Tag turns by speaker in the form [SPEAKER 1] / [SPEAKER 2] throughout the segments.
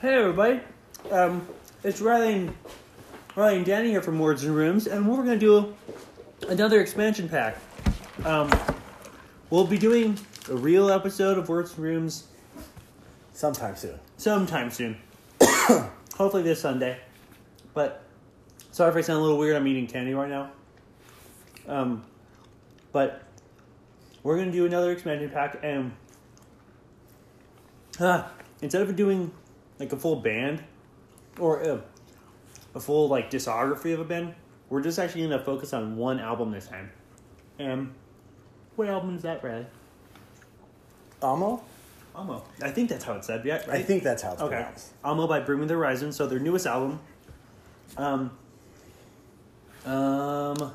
[SPEAKER 1] Hey everybody, um, it's Riley and, Riley and Danny here from Words and Rooms, and we're going to do another expansion pack. Um, we'll be doing a real episode of Words and Rooms
[SPEAKER 2] Sometime soon.
[SPEAKER 1] sometime soon. Hopefully this Sunday. But sorry if I sound a little weird. I'm eating candy right now. Um, but we're gonna do another expansion pack, and uh, instead of doing like a full band or a, a full like discography of a band, we're just actually gonna focus on one album this time. And what album is that, Riley?
[SPEAKER 2] Amo?
[SPEAKER 1] Almo. I think that's how it's said. Yeah,
[SPEAKER 2] I
[SPEAKER 1] right?
[SPEAKER 2] think that's how it's
[SPEAKER 1] Okay.
[SPEAKER 2] pronounced.
[SPEAKER 1] Almo by Bring Me the Horizon, so their newest album. Um, um,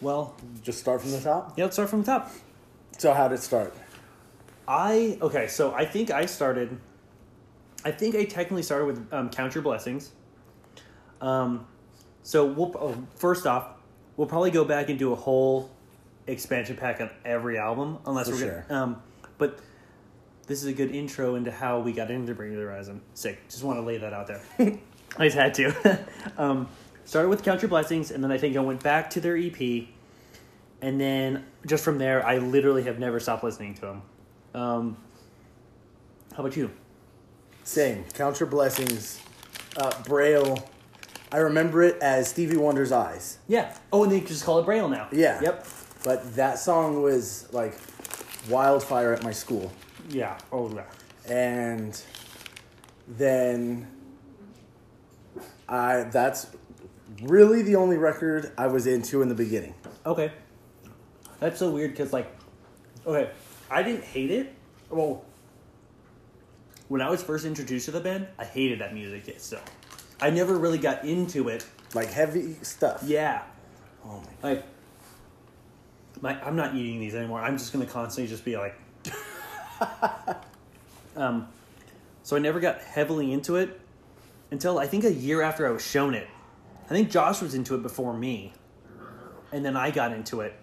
[SPEAKER 1] well,
[SPEAKER 2] Just start from the top.
[SPEAKER 1] yeah, let's start from the top.
[SPEAKER 2] So how'd it start?
[SPEAKER 1] I, okay, so I think I started, I think I technically started with um, Count Your Blessings. Um, so we'll, oh, first off, we'll probably go back and do a whole expansion pack on every album, unless
[SPEAKER 2] For
[SPEAKER 1] we're
[SPEAKER 2] sure.
[SPEAKER 1] gonna, um, but this is a good intro into how we got into Bring Me the Horizon. Sick. Just want to lay that out there. I just had to. um, started with Count Your Blessings, and then I think I went back to their EP, and then just from there, I literally have never stopped listening to them. Um, how about you?
[SPEAKER 2] Same. Count your blessings. Uh, Braille. I remember it as Stevie Wonder's Eyes.
[SPEAKER 1] Yeah. Oh, and they just call it Braille now.
[SPEAKER 2] Yeah.
[SPEAKER 1] Yep.
[SPEAKER 2] But that song was like wildfire at my school.
[SPEAKER 1] Yeah. Oh, yeah.
[SPEAKER 2] And then I that's really the only record I was into in the beginning.
[SPEAKER 1] Okay. That's so weird because, like, okay, I didn't hate it. Well, when I was first introduced to the band, I hated that music still. I never really got into it.
[SPEAKER 2] Like heavy stuff.
[SPEAKER 1] Yeah.
[SPEAKER 2] Oh my
[SPEAKER 1] Like, my, I'm not eating these anymore. I'm just going to constantly just be like. um, so I never got heavily into it until I think a year after I was shown it. I think Josh was into it before me. And then I got into it.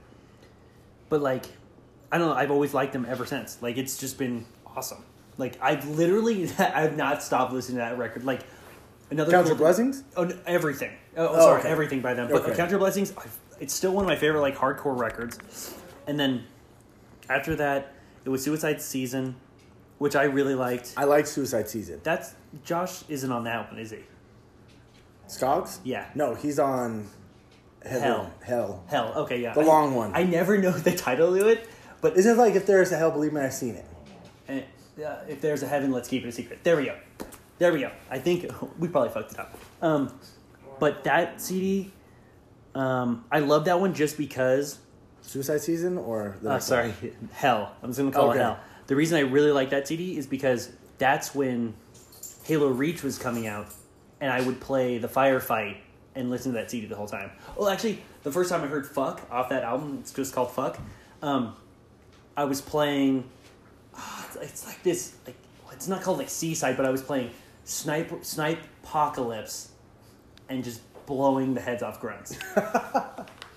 [SPEAKER 1] But like, I don't know, I've always liked them ever since. Like it's just been awesome. Like I've literally I've not stopped listening to that record. Like another
[SPEAKER 2] Count Your Blessings?
[SPEAKER 1] Oh, no, everything. Oh, sorry,
[SPEAKER 2] okay.
[SPEAKER 1] everything by them. But
[SPEAKER 2] Okay.
[SPEAKER 1] Count Your Blessings, I've, it's still one of my favorite like hardcore records. And then after that, it was Suicide Season, which I really liked.
[SPEAKER 2] I like Suicide Season.
[SPEAKER 1] That's Josh isn't on that one, is he?
[SPEAKER 2] Scoggs?
[SPEAKER 1] Yeah.
[SPEAKER 2] No, he's on
[SPEAKER 1] Hell.
[SPEAKER 2] Hell. Hell.
[SPEAKER 1] Hell, okay, yeah.
[SPEAKER 2] The
[SPEAKER 1] I-
[SPEAKER 2] long one.
[SPEAKER 1] I never know the title of it, but
[SPEAKER 2] Is it like if there is a hell, believe me, I've seen it.
[SPEAKER 1] eh, uh, if there's a heaven, let's keep it a secret. There we go. There we go. I think we probably fucked it up. Um, but that CD, um, I love that one just because.
[SPEAKER 2] Suicide Season or the
[SPEAKER 1] Uh,
[SPEAKER 2] next
[SPEAKER 1] sorry, Hell. I'm just gonna call
[SPEAKER 2] Okay.
[SPEAKER 1] it Hell. The reason I really like that CD is because that's when Halo Reach was coming out, and I would play the firefight and listen to that CD the whole time. Well, actually, the first time I heard "Fuck" off that album, it's just called "Fuck." Um, I was playing. ah, it's- It's like this. Like it's not called like Seaside, but I was playing Snipe Snipe Apocalypse, and just blowing the heads off grunts.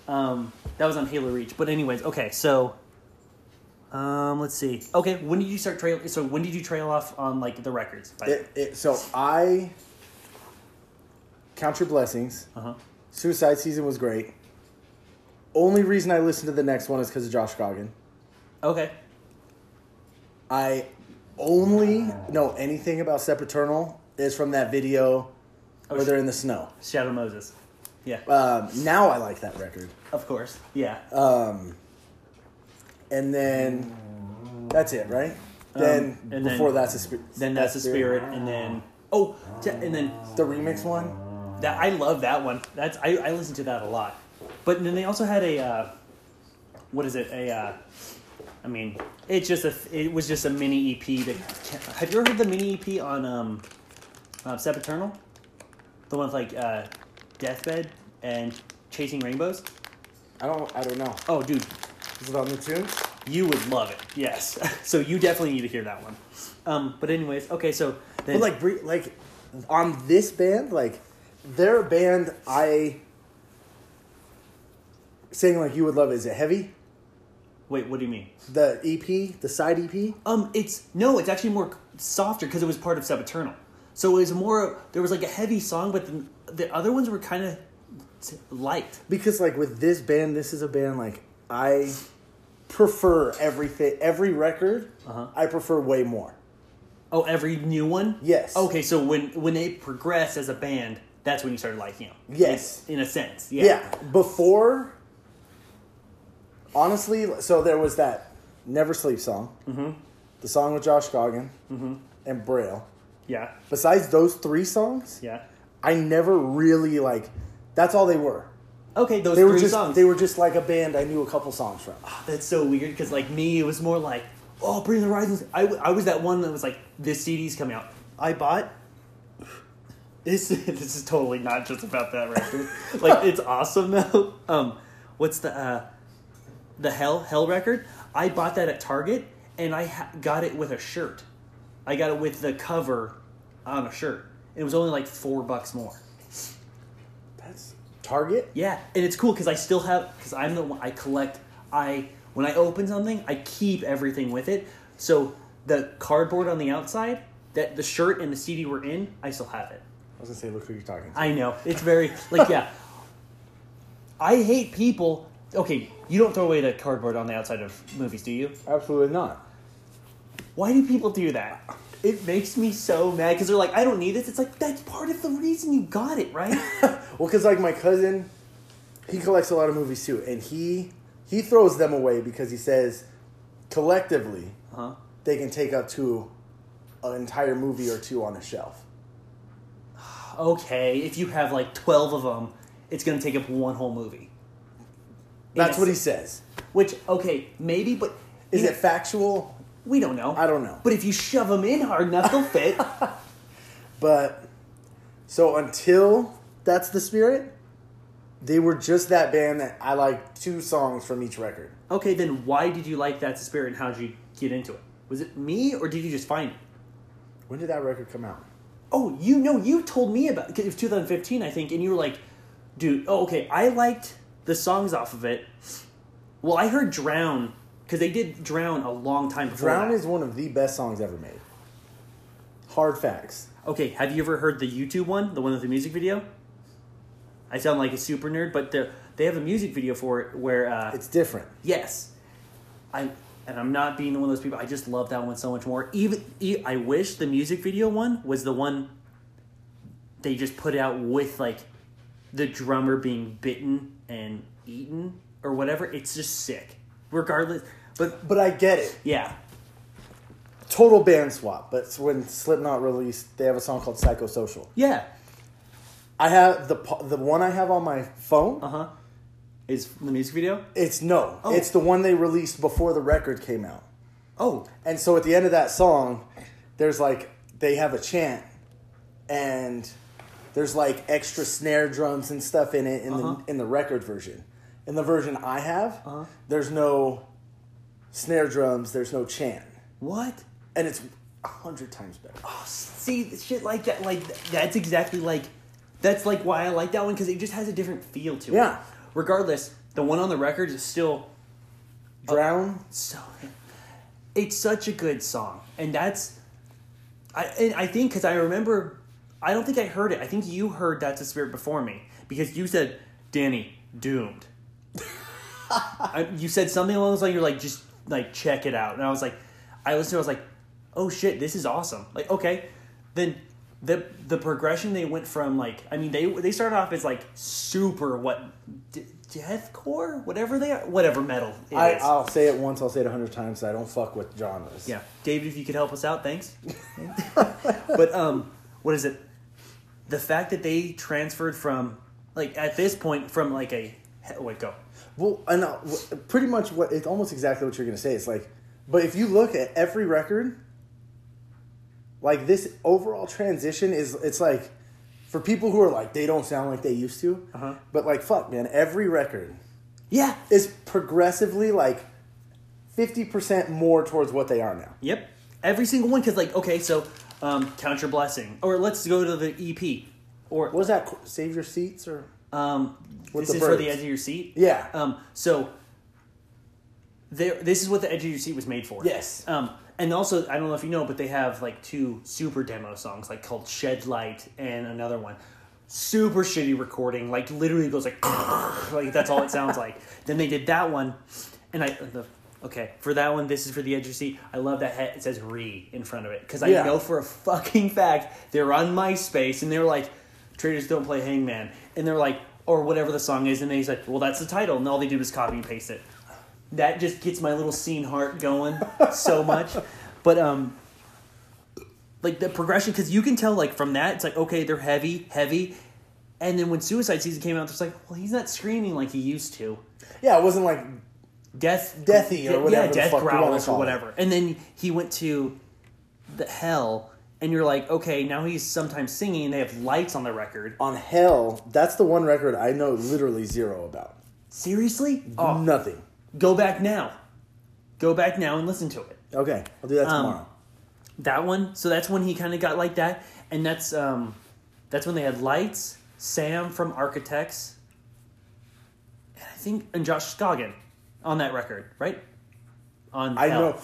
[SPEAKER 1] um, that was on Halo Reach. But anyways, okay, so. Um, let's see. Okay, when did you start trail? So when did you trail off on like the records? By-
[SPEAKER 2] one? It, it, so I count your blessings.
[SPEAKER 1] Uh-huh.
[SPEAKER 2] Suicide Season was great. Only reason I listened to the next one is because of Josh Goggin.
[SPEAKER 1] Okay.
[SPEAKER 2] I only know anything about Sepaternal is from that video where
[SPEAKER 1] Oh, sh-
[SPEAKER 2] they're in the snow.
[SPEAKER 1] Shadow Moses. Yeah.
[SPEAKER 2] Um, now I like that record.
[SPEAKER 1] of course. Yeah.
[SPEAKER 2] Um, and then that's it, right? Then
[SPEAKER 1] Um, and
[SPEAKER 2] before
[SPEAKER 1] then-
[SPEAKER 2] that's a spirit.
[SPEAKER 1] then that's the spirit, and then oh, t- and then
[SPEAKER 2] The remix one.
[SPEAKER 1] that I love that one. That's I I listen to that a lot. But then they also had a uh, what is it? A uh, I mean, it's just a it was just a mini EP. That have you ever heard the mini EP on um, uh, Sepaternal? The one with like uh, Deathbed and Chasing Rainbows.
[SPEAKER 2] I don't. I don't know.
[SPEAKER 1] Oh, dude,
[SPEAKER 2] Is it on the tune?
[SPEAKER 1] You would love it. Yes. so you definitely need to hear that one. Um, but anyways, okay. So then,
[SPEAKER 2] But like, bre- like on this band, like their band, I saying like you would love. Is it heavy?
[SPEAKER 1] wait, what do you mean?
[SPEAKER 2] The EP, the side E EP.
[SPEAKER 1] Um, it's no, it's actually more softer because it was part of Sepaternal. So it was more. There was like a heavy song, but the, the other ones were kind of light.
[SPEAKER 2] because like with this band this is a band like i prefer everything every record
[SPEAKER 1] Uh-huh.
[SPEAKER 2] i prefer way more
[SPEAKER 1] Oh, every new one.
[SPEAKER 2] Yes.
[SPEAKER 1] Okay, so when when they progress as a band, that's when you started liking them.
[SPEAKER 2] Yes.
[SPEAKER 1] In, in a sense. Yeah.
[SPEAKER 2] yeah before honestly so there was that never sleep song mm-hmm. the song with josh goggin and braille
[SPEAKER 1] Yeah.
[SPEAKER 2] besides those three songs
[SPEAKER 1] Yeah.
[SPEAKER 2] i never really like that's all they were
[SPEAKER 1] Okay, those
[SPEAKER 2] they
[SPEAKER 1] three
[SPEAKER 2] were just
[SPEAKER 1] songs.
[SPEAKER 2] they were just like a band i knew a couple songs from
[SPEAKER 1] That's so weird because like me, it was more like, oh, Bring the Horizons. I, w- I was that one that was like, this CD's coming out. I bought. This this is totally not just about that record. like it's awesome though. Um, what's the uh, the hell hell record? I bought that at Target and I ha- got it with a shirt. I got it with the cover on a shirt. It was only like four bucks more.
[SPEAKER 2] that's target
[SPEAKER 1] Yeah, and it's cool because I still have because I'm the one I collect. I when I open something, I keep everything with it. So the cardboard on the outside that the shirt and the CD were in, I still have it.
[SPEAKER 2] i was gonna say look who you're talking to
[SPEAKER 1] I know it's very like yeah. I hate people. Okay, you don't throw away the cardboard on the outside of movies, do you?
[SPEAKER 2] absolutely not
[SPEAKER 1] Why do people do that? It makes me so mad because they're like, I don't need this. It's like that's part of the reason you got it, right?
[SPEAKER 2] Well, because like my cousin, he collects a lot of movies too, and he he throws them away because he says collectively
[SPEAKER 1] huh?
[SPEAKER 2] they can take up to an entire movie or two on a shelf.
[SPEAKER 1] okay, if you have like 12 of them, it's going to take up one whole movie.
[SPEAKER 2] That's
[SPEAKER 1] Yes.
[SPEAKER 2] what he says.
[SPEAKER 1] Which, okay, maybe, but.
[SPEAKER 2] Is
[SPEAKER 1] you
[SPEAKER 2] it factual?
[SPEAKER 1] know, We don't know.
[SPEAKER 2] I don't know.
[SPEAKER 1] But if you shove them in hard enough, they'll fit.
[SPEAKER 2] But so until that's the spirit, they were just that band that I like two songs from each record.
[SPEAKER 1] okay, then why did you like that spirit and how did you get into it? Was it me or did you just find it?
[SPEAKER 2] When did that record come out?
[SPEAKER 1] Oh, you know, you told me about 'cause it was 2015, I think, and you were like, dude, oh, okay, I liked the songs off of it. Well, I heard Drown, because they did Drown a long time before.
[SPEAKER 2] Drown
[SPEAKER 1] that.
[SPEAKER 2] is one of the best songs ever made. Hard facts.
[SPEAKER 1] Okay, have you ever heard the YouTube one, the one with the music video? I sound like a super nerd, but they they have a music video for it where uh,
[SPEAKER 2] It's different.
[SPEAKER 1] yes, I and I'm not being one of those people. I just love that one so much more. Even e- I wish the music video one was the one they just put out with like the drummer being bitten and eaten or whatever. It's just sick, regardless. But
[SPEAKER 2] But I get it.
[SPEAKER 1] yeah,
[SPEAKER 2] total band swap, but it's when Slipknot released, they have a song called Psychosocial.
[SPEAKER 1] yeah,
[SPEAKER 2] I have the po- the one I have on my phone.
[SPEAKER 1] uh huh. Is the music video?
[SPEAKER 2] It's no,
[SPEAKER 1] Oh.
[SPEAKER 2] it's the one they released before the record came out.
[SPEAKER 1] Oh,
[SPEAKER 2] And so at the end of that song, there's like they have a chant, and there's like extra snare drums and stuff in it in
[SPEAKER 1] Uh-huh.
[SPEAKER 2] the in the record version. In the version I have, there's no snare drums. There's no chant,
[SPEAKER 1] what?
[SPEAKER 2] and it's a hundred times better.
[SPEAKER 1] Uh-huh. see the shit like that like th- that's exactly like that's like why i like that one because it just has a different feel to it
[SPEAKER 2] Yeah.
[SPEAKER 1] regardless the one on the record is still
[SPEAKER 2] Drown.
[SPEAKER 1] so it's such a good song and that's i and i think because i remember i don't think i heard it i think you heard that's a spirit before me because you said danny doomed I, you said something along those lines you're like just like check it out and i was like i listened to it, i was like oh shit this is awesome like okay then the the progression they went from like i mean they they started off as like super what d- deathcore whatever they are whatever metal it
[SPEAKER 2] I,
[SPEAKER 1] is.
[SPEAKER 2] I'll say it once, I'll say it a hundred times. I don't fuck with genres.
[SPEAKER 1] Yeah, David, if you could help us out, thanks. but um, what is it? The fact that they transferred from like at this point from like a oh, wait go
[SPEAKER 2] Well, and uh, w- pretty much what it's almost exactly what you're gonna say. It's like, but if you look at every record, like this overall transition is, it's like, for people who are like they don't sound like they used to,
[SPEAKER 1] Uh-huh.
[SPEAKER 2] but like fuck, man, every record
[SPEAKER 1] yeah
[SPEAKER 2] is progressively like fifty percent more towards what they are now.
[SPEAKER 1] yep every single one because like okay so um count your blessing or let's go to the EP or
[SPEAKER 2] What was that? qu- Save your seats or Uh.
[SPEAKER 1] um
[SPEAKER 2] With
[SPEAKER 1] this
[SPEAKER 2] the
[SPEAKER 1] is for the
[SPEAKER 2] birds.
[SPEAKER 1] edge of your seat
[SPEAKER 2] yeah,
[SPEAKER 1] Um, so there, this is what the edge of your seat was made for.
[SPEAKER 2] Yes.
[SPEAKER 1] Um, And also, I don't know if you know, but they have like two super demo songs, like called Shed Light and another one. Super shitty recording, like literally goes like, like that's all it sounds like. Then they did that one, and I, the, okay, for that one, this is for the edge of your seat. I love that he- it says re in front of it, because I
[SPEAKER 2] Yeah.
[SPEAKER 1] know for a fucking fact they're on MySpace and they're like, traders don't play Hangman. And they're like, or whatever the song is, and they said, well, that's the title, and all they did was copy and paste it that just gets my little scene heart going so much. But um, like the progression, because you can tell like from that, it's like okay, they're heavy, heavy, and then when Suicide Season came out, it's like, well, he's not screaming like he used to.
[SPEAKER 2] Yeah, it wasn't like
[SPEAKER 1] Death,
[SPEAKER 2] Deathy or whatever
[SPEAKER 1] yeah,
[SPEAKER 2] the
[SPEAKER 1] death
[SPEAKER 2] fuck you wanna
[SPEAKER 1] growls
[SPEAKER 2] call
[SPEAKER 1] or
[SPEAKER 2] it.
[SPEAKER 1] whatever. And then he went to the hell, and you're like, okay, now he's sometimes singing, and they have lights on the record.
[SPEAKER 2] on hell. That's the one record I know literally zero about.
[SPEAKER 1] Seriously? Oh,
[SPEAKER 2] Nothing.
[SPEAKER 1] go back now, go back now and listen to it.
[SPEAKER 2] Okay, I'll do that
[SPEAKER 1] Um,
[SPEAKER 2] tomorrow.
[SPEAKER 1] that one so that's when he kind of got like that and that's um that's when they had lights sam from architects and i think and josh scoggin on that record right on
[SPEAKER 2] I
[SPEAKER 1] Hell.
[SPEAKER 2] know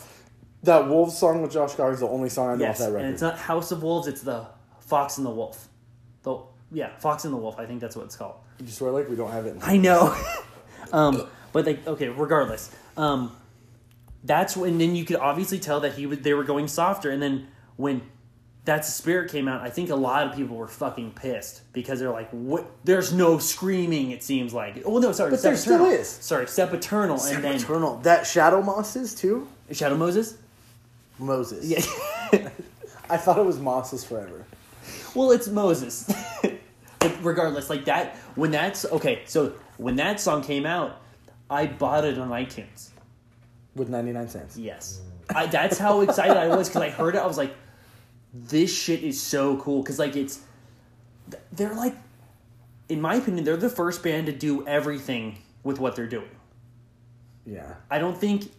[SPEAKER 2] that Wolves song with Josh Gog is the only song I know
[SPEAKER 1] yes
[SPEAKER 2] off that
[SPEAKER 1] and
[SPEAKER 2] record.
[SPEAKER 1] it's not house of wolves it's the fox and the wolf the yeah fox and the wolf i think that's what it's called
[SPEAKER 2] you swear like we don't have it. In-
[SPEAKER 1] I know. um, but like, okay, regardless, um, that's when then you could obviously tell that he would they were going softer, and then when that spirit came out, I think a lot of people were fucking pissed because they're like, "What? There's no screaming." It seems like. Oh no, sorry,
[SPEAKER 2] But there still
[SPEAKER 1] Sepaternal.
[SPEAKER 2] is.
[SPEAKER 1] Sorry, Sepaternal, and then
[SPEAKER 2] Eternal. That Shadow Mosses too.
[SPEAKER 1] Shadow Moses.
[SPEAKER 2] Moses.
[SPEAKER 1] Yeah.
[SPEAKER 2] I thought it was Mosses forever.
[SPEAKER 1] Well, it's Moses. but regardless, like that, when that's okay, so when that song came out, I bought it on iTunes.
[SPEAKER 2] with 99 cents.
[SPEAKER 1] Yes. I, that's how excited I was because I heard it. I was like, this shit is so cool. Because, like, it's. th- They're like. In my opinion, they're the first band to do everything with what they're doing.
[SPEAKER 2] Yeah.
[SPEAKER 1] I don't think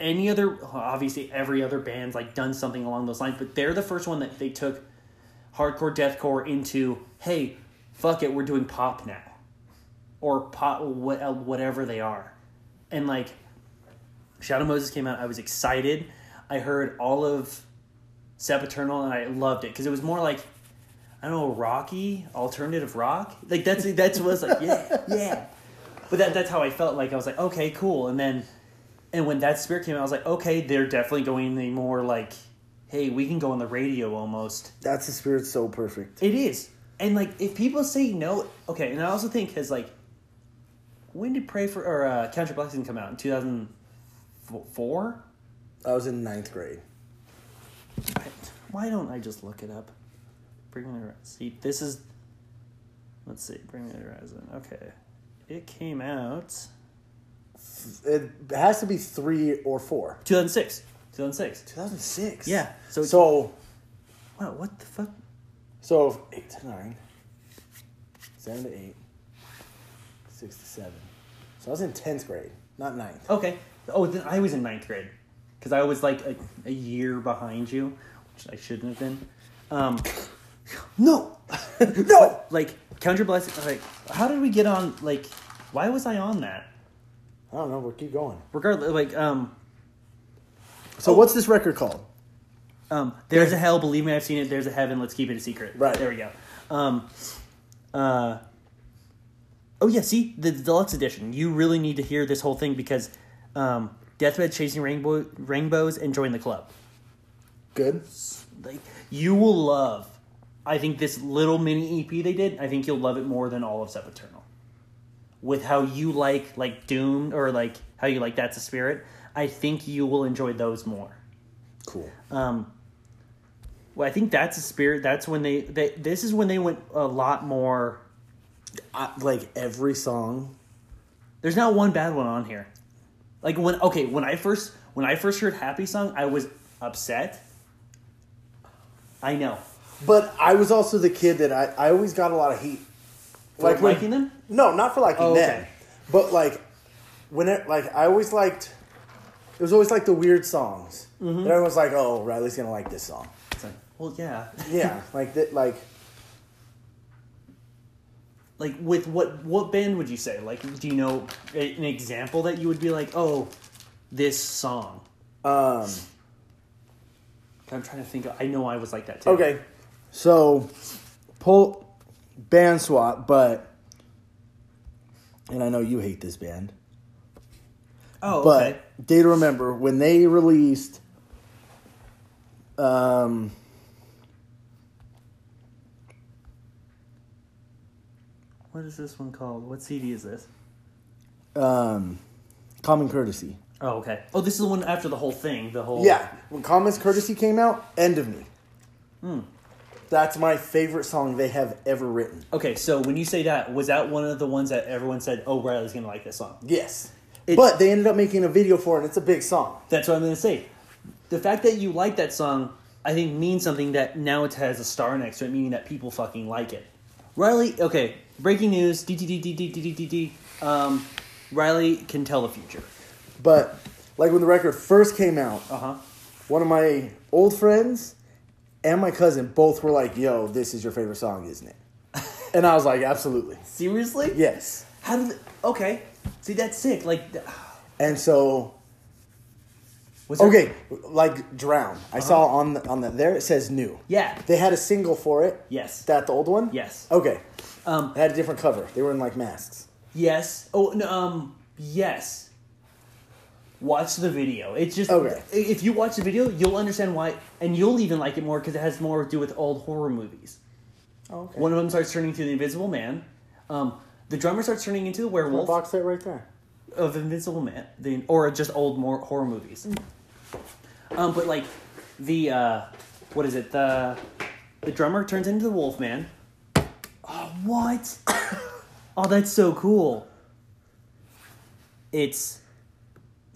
[SPEAKER 1] any other. Obviously, every other band's, like, done something along those lines, but they're the first one that they took hardcore deathcore into, hey, fuck it, we're doing pop now. Or pop, what, uh, whatever they are. And, like, Shadow Moses came out. I was excited. I heard all of Sepaternal and I loved it because it was more like I don't know rocky alternative rock. Like that's that's what it's like yeah yeah. But that that's how I felt. Like I was like okay cool. And then and when that spirit came out, I was like okay they're definitely going the more like hey we can go on the radio almost.
[SPEAKER 2] That's the spirit so perfect.
[SPEAKER 1] It is. And like if people say no okay. And I also think has like when did Pray for or uh, Count Your Blessings come out in two thousand four.
[SPEAKER 2] I was in ninth grade.
[SPEAKER 1] Why don't I just look it up? Bring Me the Horizon. See, this is. Let's see. Bring Me the Horizon. Okay. It came out.
[SPEAKER 2] It has to be three or four.
[SPEAKER 1] 2006. 2006.
[SPEAKER 2] 2006.
[SPEAKER 1] Yeah, so-
[SPEAKER 2] So so,
[SPEAKER 1] Wow, what the fuck?
[SPEAKER 2] so eight to nine, seven to eight, six to seven. So I was in tenth grade, not ninth.
[SPEAKER 1] Okay. Oh, then I was in ninth grade. Because I was like a, a year behind you, which I shouldn't have been. Um,
[SPEAKER 2] No, no.
[SPEAKER 1] like, Count Your Blessings. Like, how did we get on? Like, why was I on that?
[SPEAKER 2] I don't know. But keep going.
[SPEAKER 1] Regardless, like, um,
[SPEAKER 2] So what's this record called?
[SPEAKER 1] Um, there's a hell, believe me, I've seen it. There's a heaven. Let's keep it a secret.
[SPEAKER 2] Right.
[SPEAKER 1] there we go. Um, uh, oh yeah, see the deluxe edition. You really need to hear this whole thing because um, Deathbed chasing rainbow rainbows and join the club.
[SPEAKER 2] Good.
[SPEAKER 1] Like you will love. I think this little mini EP they did. I think you'll love it more than all of Sepaternal. With how you like like Doom or like how you like That's a Spirit, I think you will enjoy those more.
[SPEAKER 2] Cool.
[SPEAKER 1] Um, well, I think that's a spirit. That's when they, they. This is when they went a lot more.
[SPEAKER 2] I, like every song.
[SPEAKER 1] There's not one bad one on here. Like when okay, when I first when I first heard Happy Song, I was upset. I know.
[SPEAKER 2] But I was also the kid that I, I always got a lot of heat.
[SPEAKER 1] Like
[SPEAKER 2] when-
[SPEAKER 1] liking them.
[SPEAKER 2] No, not for liking
[SPEAKER 1] Oh, okay.
[SPEAKER 2] them. But like when it like I always liked it was always like the weird songs. And everyone was like, Oh, Riley's gonna like this song.
[SPEAKER 1] It's like, well, yeah.
[SPEAKER 2] Yeah. like that like
[SPEAKER 1] Like with what what band would you say? Like, do you know a- an example that you would be like, oh, this song?
[SPEAKER 2] um
[SPEAKER 1] I'm trying to think. Of, I know I was like that too.
[SPEAKER 2] Okay, so pull band swap, but and I know you hate this band,
[SPEAKER 1] Oh,
[SPEAKER 2] but
[SPEAKER 1] okay.
[SPEAKER 2] Day to Remember when they released, um,
[SPEAKER 1] What is this one called? What CD is this?
[SPEAKER 2] um, Common Courtesy.
[SPEAKER 1] Oh, okay. Oh, this is the one after the whole thing. The whole
[SPEAKER 2] Yeah, when Common's Courtesy came out, End of Me. Hmm. That's my favorite song they have ever written.
[SPEAKER 1] Okay, so when you say that, was that one of the ones that everyone said, "Oh, Riley's gonna like this song"?
[SPEAKER 2] Yes.
[SPEAKER 1] It-
[SPEAKER 2] but they ended up making a video for it, and it's a big song.
[SPEAKER 1] That's what I'm gonna say. The fact that you like that song, I think, means something that now it has a star next to it, meaning that people fucking like it. Riley, okay. Breaking news: D D D D D D D D D. Um, Riley can tell the future.
[SPEAKER 2] But, like, when the record first came out,
[SPEAKER 1] Uh huh.
[SPEAKER 2] one of my old friends and my cousin both were like, yo, this is your favorite song, isn't it? and I was like, absolutely.
[SPEAKER 1] Seriously?
[SPEAKER 2] Yes.
[SPEAKER 1] How did? Okay. See, that's sick. Like, th-
[SPEAKER 2] And so,
[SPEAKER 1] was there-
[SPEAKER 2] okay, like, Drown. I saw on, the, on the, there it says new.
[SPEAKER 1] Uh-huh. Yeah.
[SPEAKER 2] They had a single for it.
[SPEAKER 1] Yes.
[SPEAKER 2] That Oh. the old one?
[SPEAKER 1] Yes.
[SPEAKER 2] Okay.
[SPEAKER 1] Um.
[SPEAKER 2] It had a different cover. They were in, like, masks.
[SPEAKER 1] Yes. Oh no. Um. Yes. Watch the video. It's just
[SPEAKER 2] Okay.
[SPEAKER 1] i- if you watch the video, you'll understand why, and you'll even like it more because it has more to do with old horror movies.
[SPEAKER 2] Oh, okay.
[SPEAKER 1] One of them starts turning into the Invisible Man. Um, the drummer starts turning into the werewolf
[SPEAKER 2] box set right there.
[SPEAKER 1] of Invisible Man, the, or just old more horror movies. Um, but like the uh, what is it? The the drummer turns into the Wolfman. Oh what? oh, that's so cool. It's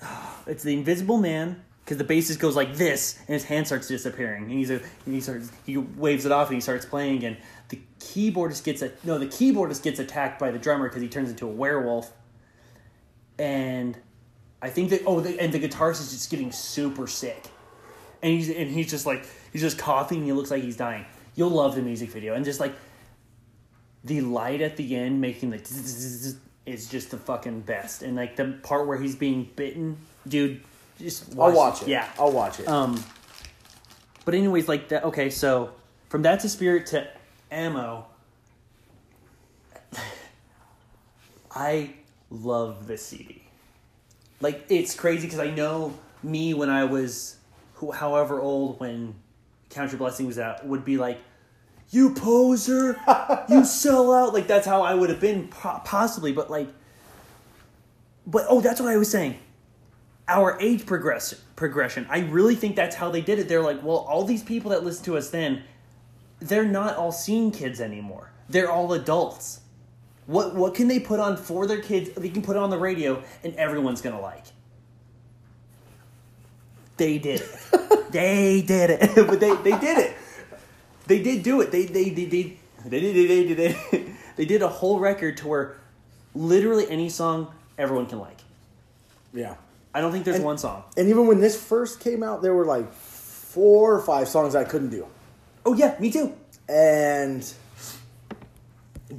[SPEAKER 1] it's the Invisible Man because the bassist goes like this, and his hand starts disappearing, and he's a, and he starts he waves it off, and he starts playing again. The keyboardist gets a no, the keyboardist gets attacked by the drummer because he turns into a werewolf and I think that oh, the, and the guitarist is just getting super sick, and he's and he's just like he's just coughing. and He looks like he's dying. You'll love the music video, and just like the light at the end making the zzzz is just the fucking best. And like the part where he's being bitten, dude, just watch
[SPEAKER 2] I'll watch it.
[SPEAKER 1] Yeah,
[SPEAKER 2] I'll watch it.
[SPEAKER 1] um, but anyways, like that. Okay, so from that to spirit to ammo, I love this CD. Like it's crazy because I know me when I was, who, however old when Count Your Blessing was out, would be like, "You poser, you sell out." Like that's how I would have been po- possibly, but like, but oh, that's what I was saying our age progress progression. I really think that's how they did it. They're like, well, all these people that listened to us then, they're not all scene kids anymore. They're all adults. What what can they put on for their kids? They can put it on the radio, and everyone's gonna like. They did it. they did it. but they, they did it. They did do it. They they they they they did they did they did they did a whole record to where literally any song everyone can like.
[SPEAKER 2] yeah.
[SPEAKER 1] I don't think there's one song.
[SPEAKER 2] And even when this first came out, there were like four or five songs I couldn't do.
[SPEAKER 1] Oh yeah, me too.
[SPEAKER 2] And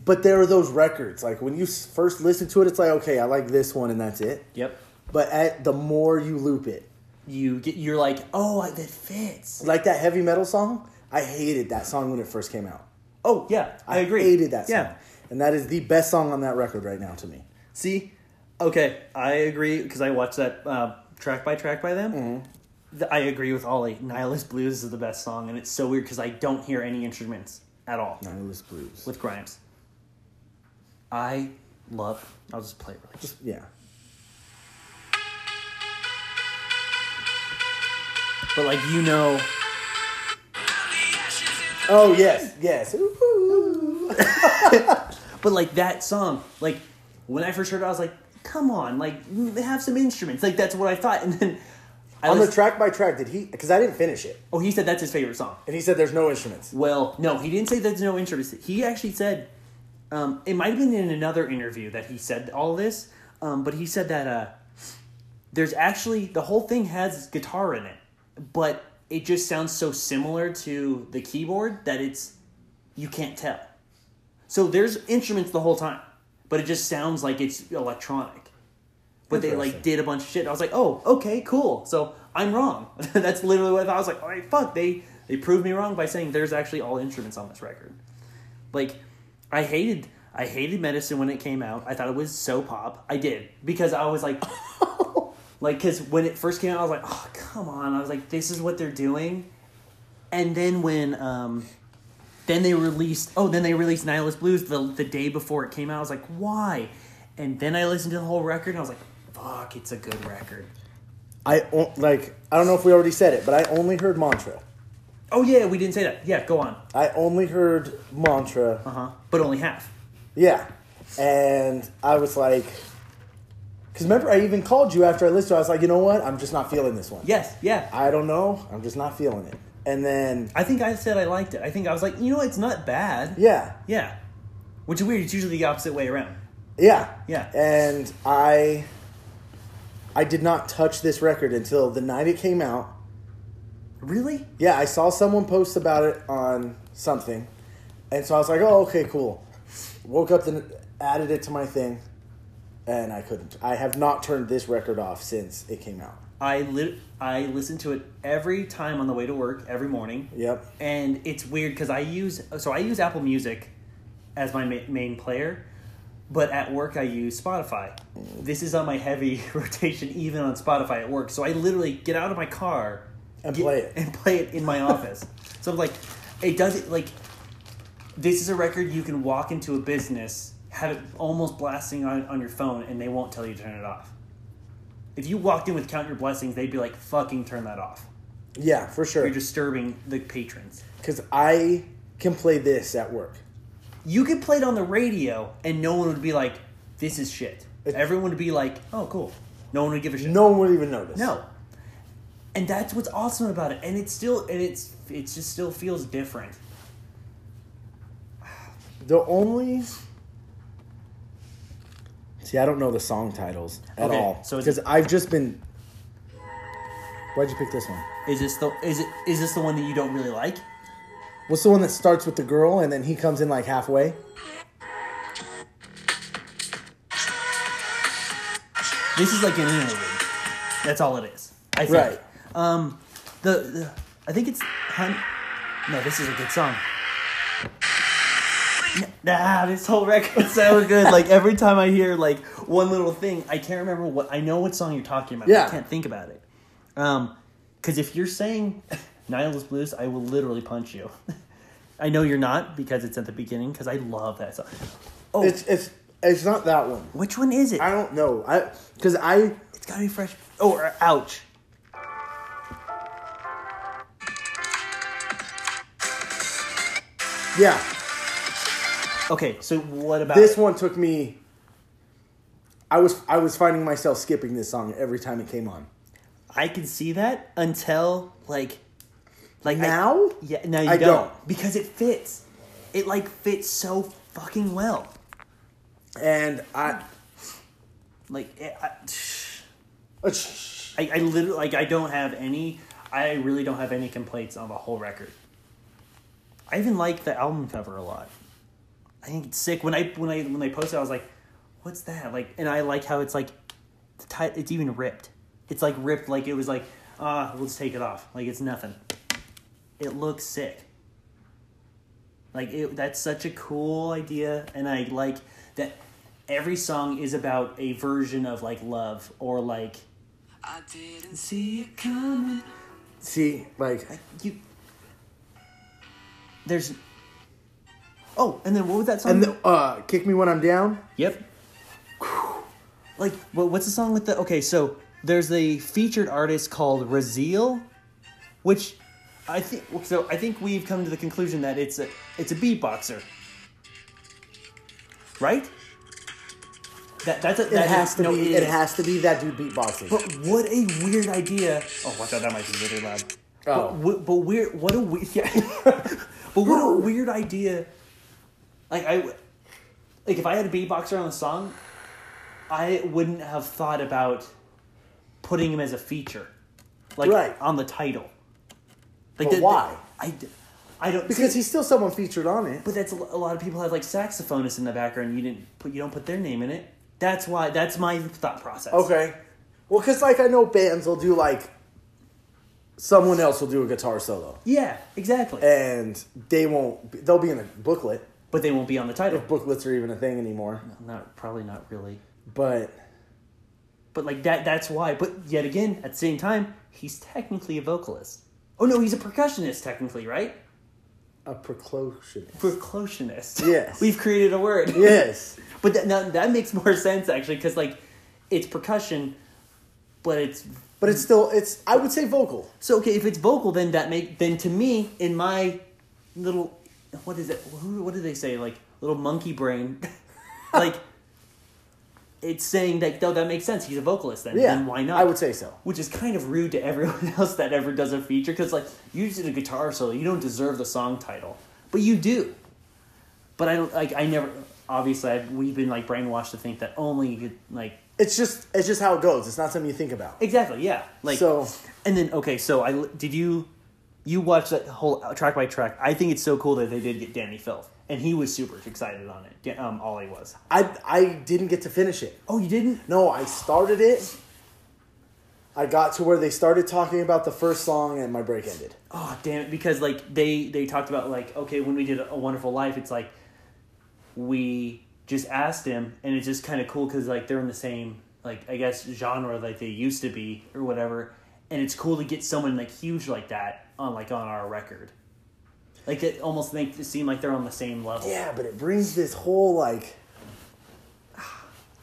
[SPEAKER 2] but there are those records. Like when you s- first listen to it, it's like, okay, I like this one and that's it.
[SPEAKER 1] Yep.
[SPEAKER 2] But at, the more you loop it,
[SPEAKER 1] You get you're like, "Oh, I- that fits."
[SPEAKER 2] like that heavy metal song, I hated that song when it first came out.
[SPEAKER 1] Oh, yeah. I, agree.
[SPEAKER 2] Hated that song.
[SPEAKER 1] Yeah.
[SPEAKER 2] And that is the best song on that record right now to me.
[SPEAKER 1] See? Okay, I agree because I watched that uh, track by track by them. Th- I agree with Ollie. Nihilist Blues is the best song and it's so weird cuz I don't hear any instruments at all
[SPEAKER 2] Nihilus Blues.
[SPEAKER 1] with Grimes. I love I'll just play it really quick.
[SPEAKER 2] Yeah.
[SPEAKER 1] But like you know
[SPEAKER 2] Oh yes, yes. Ooh.
[SPEAKER 1] But like that song, like when I first heard it, I was like, "Come on, like m- have some instruments." Like that's what I thought. And then I
[SPEAKER 2] on the
[SPEAKER 1] listened,
[SPEAKER 2] track by track, did he? Because I didn't finish it,
[SPEAKER 1] oh, he said that's his favorite song.
[SPEAKER 2] and he said there's no instruments.
[SPEAKER 1] Well, no, he didn't say there's no instruments. He actually said um, it might have been in another interview that he said all this, um, but he said that uh, there's actually the whole thing has guitar in it, but it just sounds so similar to the keyboard that it's you can't tell. So there's instruments the whole time, but it just sounds like it's electronic. But they like
[SPEAKER 2] Interesting.
[SPEAKER 1] did a bunch of shit. I was like, oh, okay, cool. So I'm wrong. That's literally what I thought. I was like, all right, fuck. They they proved me wrong by saying there's actually all instruments on this record. Like, I hated I hated Medicine when it came out. I thought it was so pop. I did because I was like, like because when it first came out, I was like, oh come on. I was like, this is what they're doing. And then when um, then they released oh then they released Nihilist Blues the the day before it came out. I was like, why? And then I listened to the whole record and I was like, fuck, it's a good record.
[SPEAKER 2] I o- like. I don't know if we already said it, but I only heard mantra.
[SPEAKER 1] Oh yeah, we didn't say that. Yeah, go on.
[SPEAKER 2] I only heard mantra.
[SPEAKER 1] Uh huh. But only half.
[SPEAKER 2] Yeah, and I was like, because remember, I even called you after I listened. to it. I was like, you know what? I'm just not feeling this one.
[SPEAKER 1] Yes. Yeah.
[SPEAKER 2] I don't know. I'm just not feeling it. And then
[SPEAKER 1] I think I said I liked it. I think I was like, you know, it's not bad.
[SPEAKER 2] yeah,
[SPEAKER 1] Yeah. Which is weird. It's usually the opposite way around.
[SPEAKER 2] yeah,
[SPEAKER 1] Yeah.
[SPEAKER 2] And I, I did not touch this record until the night it came out.
[SPEAKER 1] Really?
[SPEAKER 2] Yeah, I saw someone post about it on something, and so I was like, "Oh, okay, cool." Woke up, then added it to my thing, and I couldn't. I have not turned this record off since it came out.
[SPEAKER 1] I lit. I listen to it every time on the way to work every morning.
[SPEAKER 2] Yep.
[SPEAKER 1] and it's weird because I use so I use Apple Music as my ma- main player, but at work I use Spotify. This is on my heavy rotation, even on Spotify at work. So I literally get out of my car
[SPEAKER 2] And
[SPEAKER 1] get-
[SPEAKER 2] play it.
[SPEAKER 1] and play it in my office. So I'm like, it doesn't like. This is a record you can walk into a business, have it almost blasting on, on your phone, and they won't tell you to turn it off. If you walked in with Count Your Blessings, they'd be like, fucking turn that off.
[SPEAKER 2] Yeah, for sure.
[SPEAKER 1] You're disturbing the patrons.
[SPEAKER 2] Because I can play this at work.
[SPEAKER 1] you could play it on the radio and no one would be like, this is shit.
[SPEAKER 2] It-
[SPEAKER 1] Everyone would be like, oh, cool. No one would give a shit.
[SPEAKER 2] No one would even notice.
[SPEAKER 1] No. And that's what's awesome about it. And it's still, and it's, it just still feels different.
[SPEAKER 2] The only. See, I don't know the song titles at
[SPEAKER 1] Okay,
[SPEAKER 2] all.
[SPEAKER 1] so
[SPEAKER 2] So
[SPEAKER 1] it's-
[SPEAKER 2] because I've just been. Why'd you pick this one?
[SPEAKER 1] Is this the, is it, is this the one that you don't really like?
[SPEAKER 2] What's the one that starts with the girl and then he comes in like halfway?
[SPEAKER 1] This is like an interlude. That's all it is. I think.
[SPEAKER 2] Right.
[SPEAKER 1] Um, the, the I think it's Hun- No, this is a good song. Nah, this whole record's so good. Like every time I hear like one little thing, I can't remember what I know what song you're talking about. but
[SPEAKER 2] Yeah.
[SPEAKER 1] I can't think about it. Um, because if you're saying Niles Blues, I will literally punch you. I know you're not because it's at the beginning. Because I love that song. Oh,
[SPEAKER 2] It's it's it's not that one.
[SPEAKER 1] which one is it?
[SPEAKER 2] I don't know. I because I
[SPEAKER 1] It's gotta be fresh. Oh, or ouch.
[SPEAKER 2] yeah.
[SPEAKER 1] Okay, so what about
[SPEAKER 2] This one took me. I was I was finding myself skipping this song every time it came on.
[SPEAKER 1] I can see that until like, like I-
[SPEAKER 2] Now?
[SPEAKER 1] yeah, now you
[SPEAKER 2] I
[SPEAKER 1] don't.
[SPEAKER 2] don't.
[SPEAKER 1] because it fits. It like fits so fucking well.
[SPEAKER 2] And I.
[SPEAKER 1] Like it, I,
[SPEAKER 2] uh, Ach-
[SPEAKER 1] I, I literally like I don't have any. I really don't have any complaints on the whole record. I even like the album cover a lot. I think it's sick. When I when I when they posted, I was like, "What's that?" Like, and I like how it's like, the ti- it's even ripped. It's like ripped. Like it was like, ah, we'll just take it off. Like it's nothing. It looks sick. Like it, that's such a cool idea, and I like that every song is about a version of like love or like
[SPEAKER 3] I didn't see it coming.
[SPEAKER 2] See, like
[SPEAKER 1] you there's oh and then what was that song
[SPEAKER 2] And the, uh, kick me when I'm down.
[SPEAKER 1] yep like what, what's the song with the okay so there's a featured artist called Raziel which I think so I think we've come to the conclusion that it's a it's a beatboxer right that that's a,
[SPEAKER 2] It
[SPEAKER 1] that
[SPEAKER 2] has
[SPEAKER 1] is-
[SPEAKER 2] to
[SPEAKER 1] no,
[SPEAKER 2] be.
[SPEAKER 1] it
[SPEAKER 2] It,
[SPEAKER 1] is.
[SPEAKER 2] has to be that dude beatboxing.
[SPEAKER 1] But what a weird idea! Oh, watch out, that might be really loud.
[SPEAKER 2] Oh.
[SPEAKER 1] But, wh- but weird. What a weird. Yeah. but what a weird idea. Like I, w- like if I had a beatboxer on the song, I wouldn't have thought about putting him as a feature, like
[SPEAKER 2] Right.
[SPEAKER 1] on the title. Like
[SPEAKER 2] But why?
[SPEAKER 1] I, d- I don't
[SPEAKER 2] because he's still someone featured on it.
[SPEAKER 1] But that's a lo- a lot of people have like saxophonists in the background. You didn't put. You don't put their name in it. That's why. That's my thought process.
[SPEAKER 2] Okay. Well, because like I know bands will do like someone else will do a guitar solo,
[SPEAKER 1] Yeah, exactly.
[SPEAKER 2] and they won't. be- They'll be in the booklet.
[SPEAKER 1] but they won't be on the title.
[SPEAKER 2] If booklets are even a thing anymore,
[SPEAKER 1] Not probably not really.
[SPEAKER 2] but
[SPEAKER 1] But like that that's why. But yet again, at the same time, he's technically a vocalist. Oh no, he's a percussionist technically, right?
[SPEAKER 2] a preclosion.
[SPEAKER 1] Percussionist.
[SPEAKER 2] Yes.
[SPEAKER 1] We've created a word.
[SPEAKER 2] Yes.
[SPEAKER 1] But that now, that makes more sense actually cuz like it's percussion but it's
[SPEAKER 2] But it's still it's I would say vocal.
[SPEAKER 1] so okay if it's vocal then that make then to me in my little what is it who- what do they say like little monkey brain like it's saying that though that makes sense he's a vocalist then
[SPEAKER 2] Yeah.
[SPEAKER 1] then why not
[SPEAKER 2] I would say so.
[SPEAKER 1] which is kind of rude to everyone else that ever does a feature because like you just did a guitar solo you don't deserve the song title but you do but i don't like i never obviously I've, we've been like brainwashed to think that only like
[SPEAKER 2] It's just it's just how it goes. It's not something you think about.
[SPEAKER 1] exactly yeah like
[SPEAKER 2] so
[SPEAKER 1] and then okay so i li- did you you watched that whole track by track i think it's so cool that they did get danny filth and he was super excited on it Dan- um ollie was
[SPEAKER 2] I I didn't get to finish it.
[SPEAKER 1] oh you didn't
[SPEAKER 2] No, I started it. I got to where they started talking about the first song and my break ended.
[SPEAKER 1] oh damn it because like they they talked about like okay when we did a wonderful life it's like we just asked him and it's just kind of cool because like they're in the same like i guess genre like they used to be or whatever and it's cool to get someone like huge like that on like on our record like it almost makes it seem like they're on the same level
[SPEAKER 2] Yeah, but it brings this whole like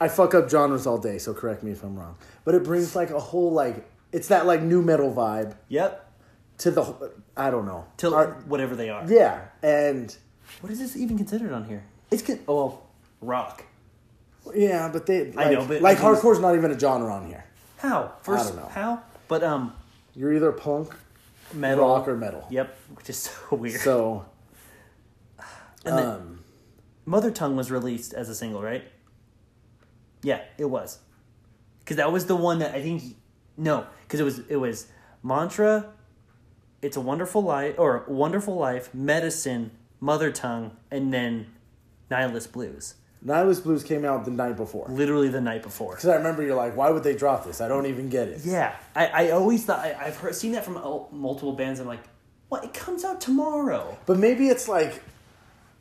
[SPEAKER 2] I fuck up genres all day, so correct me if I'm wrong. But it brings like a whole like it's that like new metal vibe
[SPEAKER 1] yep
[SPEAKER 2] to the whole- I don't know.
[SPEAKER 1] till
[SPEAKER 2] Our-
[SPEAKER 1] whatever they are
[SPEAKER 2] yeah, and
[SPEAKER 1] what is this even considered on here it's con- oh well, rock
[SPEAKER 2] Yeah, but they. Like,
[SPEAKER 1] know, but
[SPEAKER 2] like
[SPEAKER 1] I think-
[SPEAKER 2] hardcore's not even a genre on here.
[SPEAKER 1] how first
[SPEAKER 2] don't know.
[SPEAKER 1] how but um
[SPEAKER 2] You're either punk,
[SPEAKER 1] metal
[SPEAKER 2] rock, or metal.
[SPEAKER 1] yep which is so weird
[SPEAKER 2] So um,
[SPEAKER 1] And then Mother Tongue was released as a single, right? Yeah, it was. Cuz that was the one that I think no, cuz it was it was Mantra, It's a Wonderful Life or Wonderful Life, Medicine, Mother Tongue, and then Nihilist Blues.
[SPEAKER 2] Nihilus Blues came out the night before.
[SPEAKER 1] Literally the night before.
[SPEAKER 2] Because I remember you're like, why would they drop this? I don't even get it.
[SPEAKER 1] Yeah, I, I always thought I, I've heard, seen that from all- multiple bands. I'm like, what? It comes out tomorrow,
[SPEAKER 2] But maybe it's like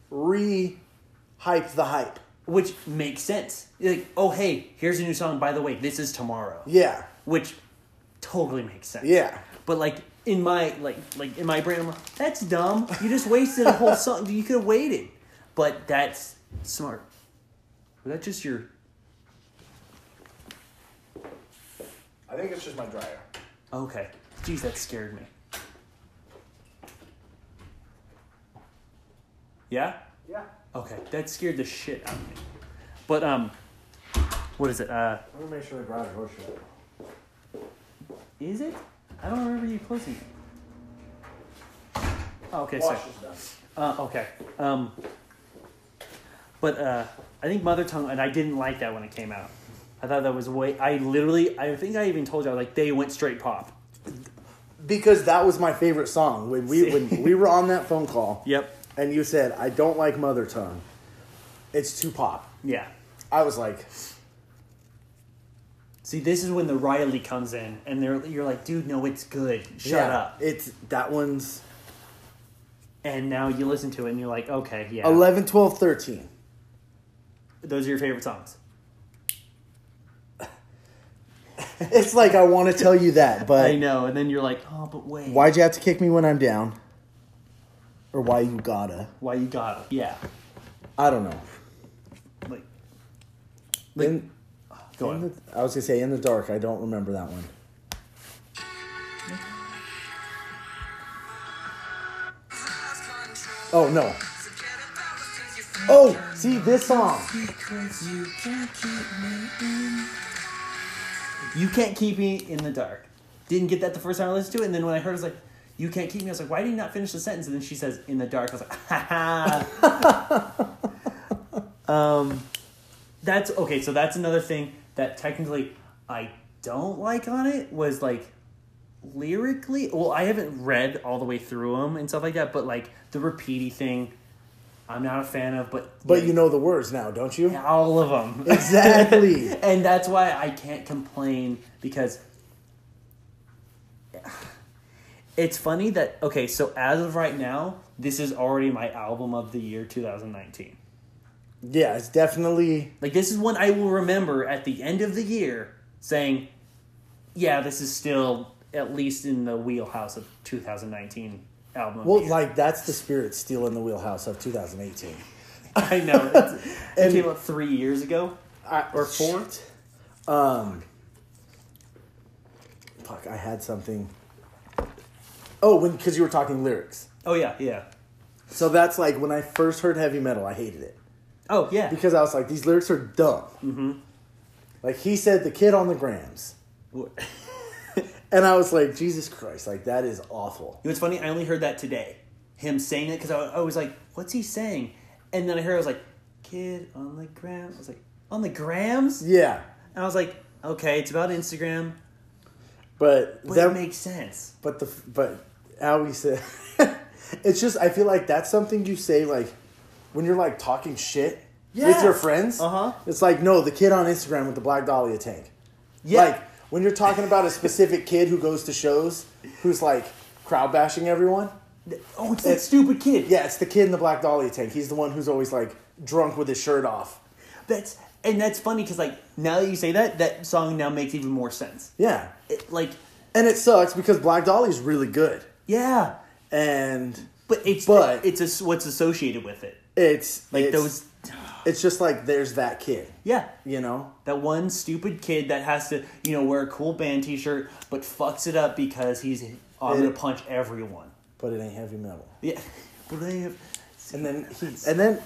[SPEAKER 2] re hype the hype.
[SPEAKER 1] which makes sense. Like, oh hey, here's a new song. By the way, this is tomorrow.
[SPEAKER 2] Yeah.
[SPEAKER 1] which totally makes sense.
[SPEAKER 2] Yeah.
[SPEAKER 1] But like in my like like in my brain, I'm like, that's dumb. You just wasted a whole song. You could have waited. But that's smart. Was that just your?
[SPEAKER 2] I think it's just my dryer.
[SPEAKER 1] Okay. Jeez, that scared me. Yeah.
[SPEAKER 2] Yeah.
[SPEAKER 1] Okay, that scared the shit out of me. But um, what is it? Uh,
[SPEAKER 2] Let me make sure the garage door shut.
[SPEAKER 1] is it? I don't remember you closing. it. Oh, okay, sorry.
[SPEAKER 2] done.
[SPEAKER 1] Uh, okay. Um, but uh, I think Mother Tongue, and I didn't like that when it came out. I thought that was way. I literally, I think I even told you, I was like, they went straight pop.
[SPEAKER 2] Because that was my favorite song. When we, when we were on that phone call
[SPEAKER 1] Yep.
[SPEAKER 2] and you said, I don't like Mother Tongue, it's too pop.
[SPEAKER 1] Yeah.
[SPEAKER 2] I was like,
[SPEAKER 1] See, this is when the Riley comes in, and they're you're like, dude, no, it's good. Shut
[SPEAKER 2] yeah,
[SPEAKER 1] up.
[SPEAKER 2] It's that one's
[SPEAKER 1] And now you listen to it, and you're like, okay, yeah.
[SPEAKER 2] 11, 12, 13.
[SPEAKER 1] Those are your favorite songs.
[SPEAKER 2] It's like I want to tell you that,
[SPEAKER 1] I
[SPEAKER 2] but
[SPEAKER 1] know. And then you're like, oh, but wait.
[SPEAKER 2] why'd you have to kick me when I'm down? Or why you gotta?
[SPEAKER 1] Why you got it? Yeah.
[SPEAKER 2] I don't know.
[SPEAKER 1] Like,
[SPEAKER 2] In-
[SPEAKER 1] go
[SPEAKER 2] in
[SPEAKER 1] on.
[SPEAKER 2] the- I was gonna say in the dark. I don't remember that one. Oh no. Oh, see this song.
[SPEAKER 1] You can't keep me in the dark. Didn't get that the first time I listened to it, and then when I heard, it, I was like, "You can't keep me." I was like, "Why did you not finish the sentence?" And then she says, "In the dark." I was like, "Ha ha." um, that's okay. So that's another thing that technically I don't like on it was like lyrically. Well, I haven't read all the way through them and stuff like that, but like the repeaty thing, I'm not a fan of. But
[SPEAKER 2] But you know the words now, don't you?
[SPEAKER 1] all of them
[SPEAKER 2] Exactly.
[SPEAKER 1] and that's why I can't complain because It's funny that okay, so as of right now, this is already my album of the year 2019.
[SPEAKER 2] Yeah, it's definitely
[SPEAKER 1] Like this is one I will remember at the end of the year saying, "Yeah, this is still at least in the wheelhouse of 2019 album." of the
[SPEAKER 2] well,
[SPEAKER 1] year.
[SPEAKER 2] like that's the spirit still in the wheelhouse of 2018.
[SPEAKER 1] I know it's-
[SPEAKER 2] And-
[SPEAKER 1] it came out three years ago.
[SPEAKER 2] I,
[SPEAKER 1] Or four?
[SPEAKER 2] Um, fuck, I had something. Oh, when because you were talking lyrics.
[SPEAKER 1] Oh yeah, yeah.
[SPEAKER 2] So that's like when I first heard heavy metal, I hated it
[SPEAKER 1] Oh yeah.
[SPEAKER 2] because I was like, these lyrics are dumb. Mm-hmm. Like he said, the kid on the grams,
[SPEAKER 1] you know
[SPEAKER 2] and I was like, Jesus Christ, like that is awful.
[SPEAKER 1] what's funny? I only heard that today. Him saying it because I, I was like, "What's he saying?" And then I heard I was like, "Kid on the gram." I was like, "On the grams?"
[SPEAKER 2] Yeah,
[SPEAKER 1] And I was like, "Okay, it's about Instagram,
[SPEAKER 2] but,
[SPEAKER 1] but
[SPEAKER 2] that
[SPEAKER 1] it makes sense."
[SPEAKER 2] but the but how we said it's just I feel like that's something you say like when you're like talking shit with
[SPEAKER 1] Yeah.
[SPEAKER 2] your friends.
[SPEAKER 1] Uh-huh.
[SPEAKER 2] It's like no, the kid on Instagram with the black dahlia tank.
[SPEAKER 1] Yeah.
[SPEAKER 2] Like when you're talking about a specific kid who goes to shows who's like crowd bashing everyone.
[SPEAKER 1] Oh, it's that stupid kid.
[SPEAKER 2] Yeah, it's the kid in the black dahlia tank. He's the one who's always like drunk with his shirt off.
[SPEAKER 1] That's and that's funny because like now that you say that, that song now makes even more sense.
[SPEAKER 2] Yeah.
[SPEAKER 1] It, like,
[SPEAKER 2] And it sucks because Black Dolly's really good.
[SPEAKER 1] yeah,
[SPEAKER 2] And
[SPEAKER 1] but it's
[SPEAKER 2] But-
[SPEAKER 1] it's as- what's associated with it.
[SPEAKER 2] it's
[SPEAKER 1] Like
[SPEAKER 2] it's,
[SPEAKER 1] those,
[SPEAKER 2] it's just like there's that kid.
[SPEAKER 1] yeah,
[SPEAKER 2] You know?
[SPEAKER 1] that one stupid kid that has to you know wear a cool band T-shirt but fucks it up because he's I'm gonna
[SPEAKER 2] It-
[SPEAKER 1] punch everyone.
[SPEAKER 2] But it ain't heavy metal.
[SPEAKER 1] Yeah, Well, they have-
[SPEAKER 2] And then he, and then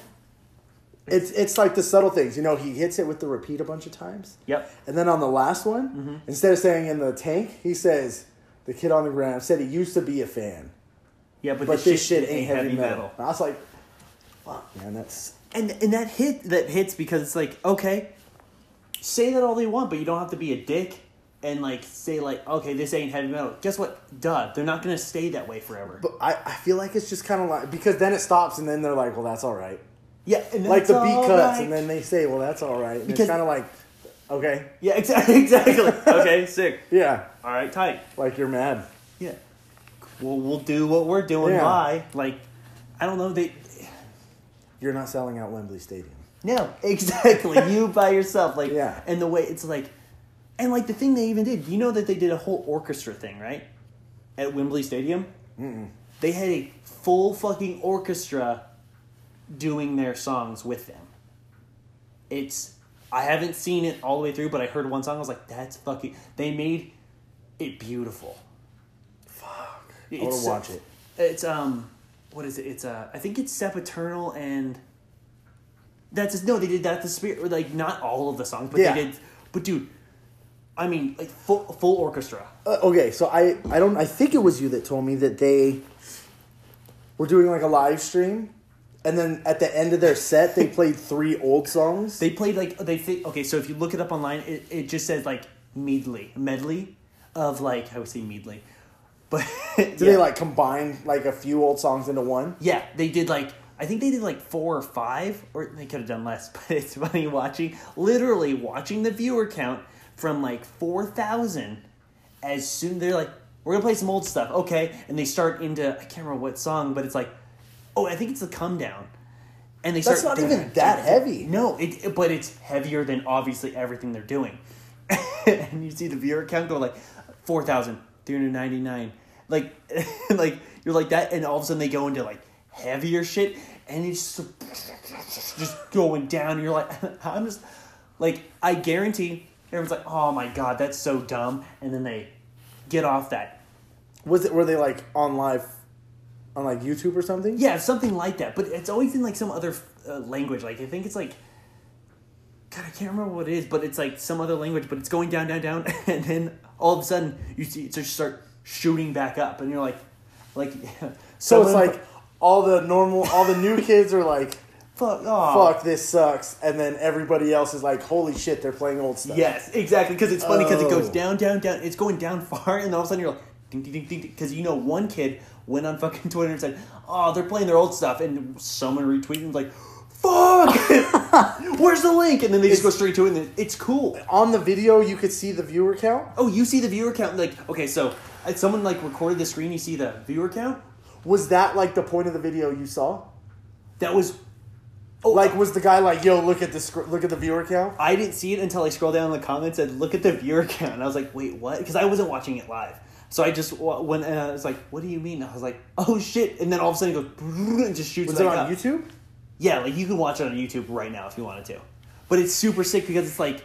[SPEAKER 2] it's it's like the subtle things. You know, he hits it with the repeat a bunch of times.
[SPEAKER 1] Yep.
[SPEAKER 2] And then on the last one, instead of saying in the tank, he says the kid on the ground said he used to be a fan,
[SPEAKER 1] yeah, but,
[SPEAKER 2] but this shit ain't heavy, metal.
[SPEAKER 1] metal.
[SPEAKER 2] And I was like, fuck, man, that's
[SPEAKER 1] and and that hit that hits because it's like okay say that all they want but you don't have to be a dick and like say like okay this ain't heavy metal guess what duh they're not gonna stay that way forever
[SPEAKER 2] But I, I feel like it's just kind of like because then it stops and then they're like, well, that's all right.
[SPEAKER 1] yeah and
[SPEAKER 2] Like the
[SPEAKER 1] that's all
[SPEAKER 2] beat cuts
[SPEAKER 1] right.
[SPEAKER 2] and then they say, well, that's all right. And
[SPEAKER 1] Because-
[SPEAKER 2] it's kind of like, okay,
[SPEAKER 1] yeah exactly exactly okay sick
[SPEAKER 2] yeah,
[SPEAKER 1] all right tight
[SPEAKER 2] like you're mad.
[SPEAKER 1] yeah we'll, we'll do what we're doing
[SPEAKER 2] Yeah.
[SPEAKER 1] bye like i don't know they
[SPEAKER 2] You're not selling out Wembley Stadium.
[SPEAKER 1] No, exactly. you by yourself, like,
[SPEAKER 2] Yeah.
[SPEAKER 1] and the way it's like, and like the thing they even did. You know that they did a whole orchestra thing, right? At Wembley Stadium, they had a full fucking orchestra doing their songs with them. It's I haven't seen it all the way through, but I heard one song. I was like, "That's fucking." They made it beautiful. Fuck.
[SPEAKER 2] I want to watch it.
[SPEAKER 1] It's um, what is it? It's uh, I think it's Sepaternal and that's just, no. They did that the spirit or, like not all of the songs, but
[SPEAKER 2] Yeah.
[SPEAKER 1] they did. But dude, I mean, like full full orchestra.
[SPEAKER 2] Uh, okay, so I, I don't, I think it was you that told me that they were doing like a live stream. And then at the end of their set, they played three old songs.
[SPEAKER 1] They played like they thi- okay. So if you look it up online, it, it just says like medley medley of like I would say medley, but
[SPEAKER 2] Did they like combine like a few old songs into one?
[SPEAKER 1] Yeah, they did like I think they did like four or five, or they could have done less. But it's funny watching, literally watching the viewer count from like four thousand. As soon they're like, we're gonna play some old stuff, okay? And they start into I can't remember what song, but it's like, oh, I think it's the Come Down. And they
[SPEAKER 2] That's
[SPEAKER 1] start
[SPEAKER 2] not even that heavy.
[SPEAKER 1] No, it, but it's heavier than obviously everything they're doing. and you see the viewer count go like four thousand three hundred ninety nine. Like, like you're like that, and all of a sudden they go into like heavier shit, and it's just, just going down. You're like, I'm just like, I guarantee everyone's like, oh my god, that's so dumb, and then they get off that.
[SPEAKER 2] Was it, were they like on live, on like YouTube or something?
[SPEAKER 1] Yeah, something like that. But it's always in like some other uh, language. Like I think it's like, God, I can't remember what it is, but it's like some other language. But it's going down, down, down, and then all of a sudden you see it just start shooting back up, and you're like, like,
[SPEAKER 2] So it's like all the normal, all the new kids are like,
[SPEAKER 1] fuck, oh, aw.
[SPEAKER 2] "Fuck, this sucks," and then everybody else is like, "Holy shit, they're playing old stuff."
[SPEAKER 1] Yes, exactly. Because it's funny because it goes
[SPEAKER 2] Oh.
[SPEAKER 1] down, down, down. It's going down far, and all of a sudden you're like, ding, ding, ding, ding, because you know one kid went on fucking Twitter and said, "Oh, they're playing their old stuff," and someone retweeted and was like, "Fuck
[SPEAKER 2] fuck!
[SPEAKER 1] Where's the link? And then they just go straight to it. and then- It's cool.
[SPEAKER 2] On the video, you could see the viewer count.
[SPEAKER 1] Oh, you see the viewer count? Like, okay, so uh, someone like recorded the screen. You see the viewer count?
[SPEAKER 2] Was that like the point of the video you saw?
[SPEAKER 1] That was. Oh,
[SPEAKER 2] Like, was the guy like, "Yo, look at the scr- look at the viewer count"?
[SPEAKER 1] I didn't see it until I scrolled down in the comments and look at the viewer count. And I was like, wait, what? Because I wasn't watching it live. So I just wa- when and I was like, what do you mean? I was like, oh shit! And then all of a sudden it goes brrrr and just shoots.
[SPEAKER 2] Was it
[SPEAKER 1] back
[SPEAKER 2] on
[SPEAKER 1] up.
[SPEAKER 2] YouTube?
[SPEAKER 1] Yeah, like you can watch it on YouTube right now if you wanted to. But it's super sick because it's like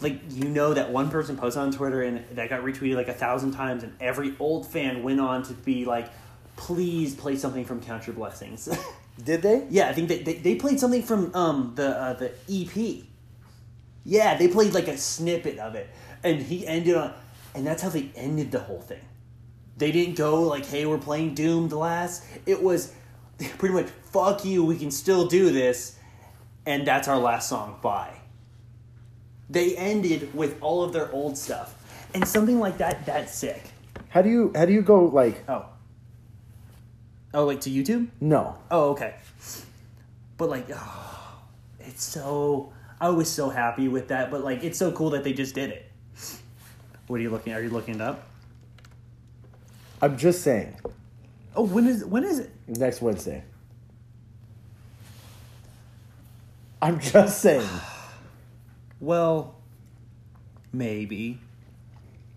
[SPEAKER 1] like you know that one person posted on Twitter and that got retweeted like a thousand times and every old fan went on to be like, please play something from Count Your Blessings.
[SPEAKER 2] Did they?
[SPEAKER 1] yeah, I think they, they they played something from um the uh, the EP. Yeah, they played like a snippet of it. And he ended on and that's how they ended the whole thing. They didn't go like, hey, we're playing Doomed last. It was pretty much, fuck you, we can still do this. And that's our last song. Bye. They ended with all of their old stuff. And something like that, that's sick.
[SPEAKER 2] How do you how do you go like
[SPEAKER 1] Oh. Oh, like to YouTube?
[SPEAKER 2] no?
[SPEAKER 1] Oh, okay. But like, ah, it's so. I was so happy with that, but like, it's so cool that they just did it. What are you looking? Are you looking it up?
[SPEAKER 2] I'm just saying.
[SPEAKER 1] Oh, when is when is it?
[SPEAKER 2] Next Wednesday. I'm just saying.
[SPEAKER 1] Well, maybe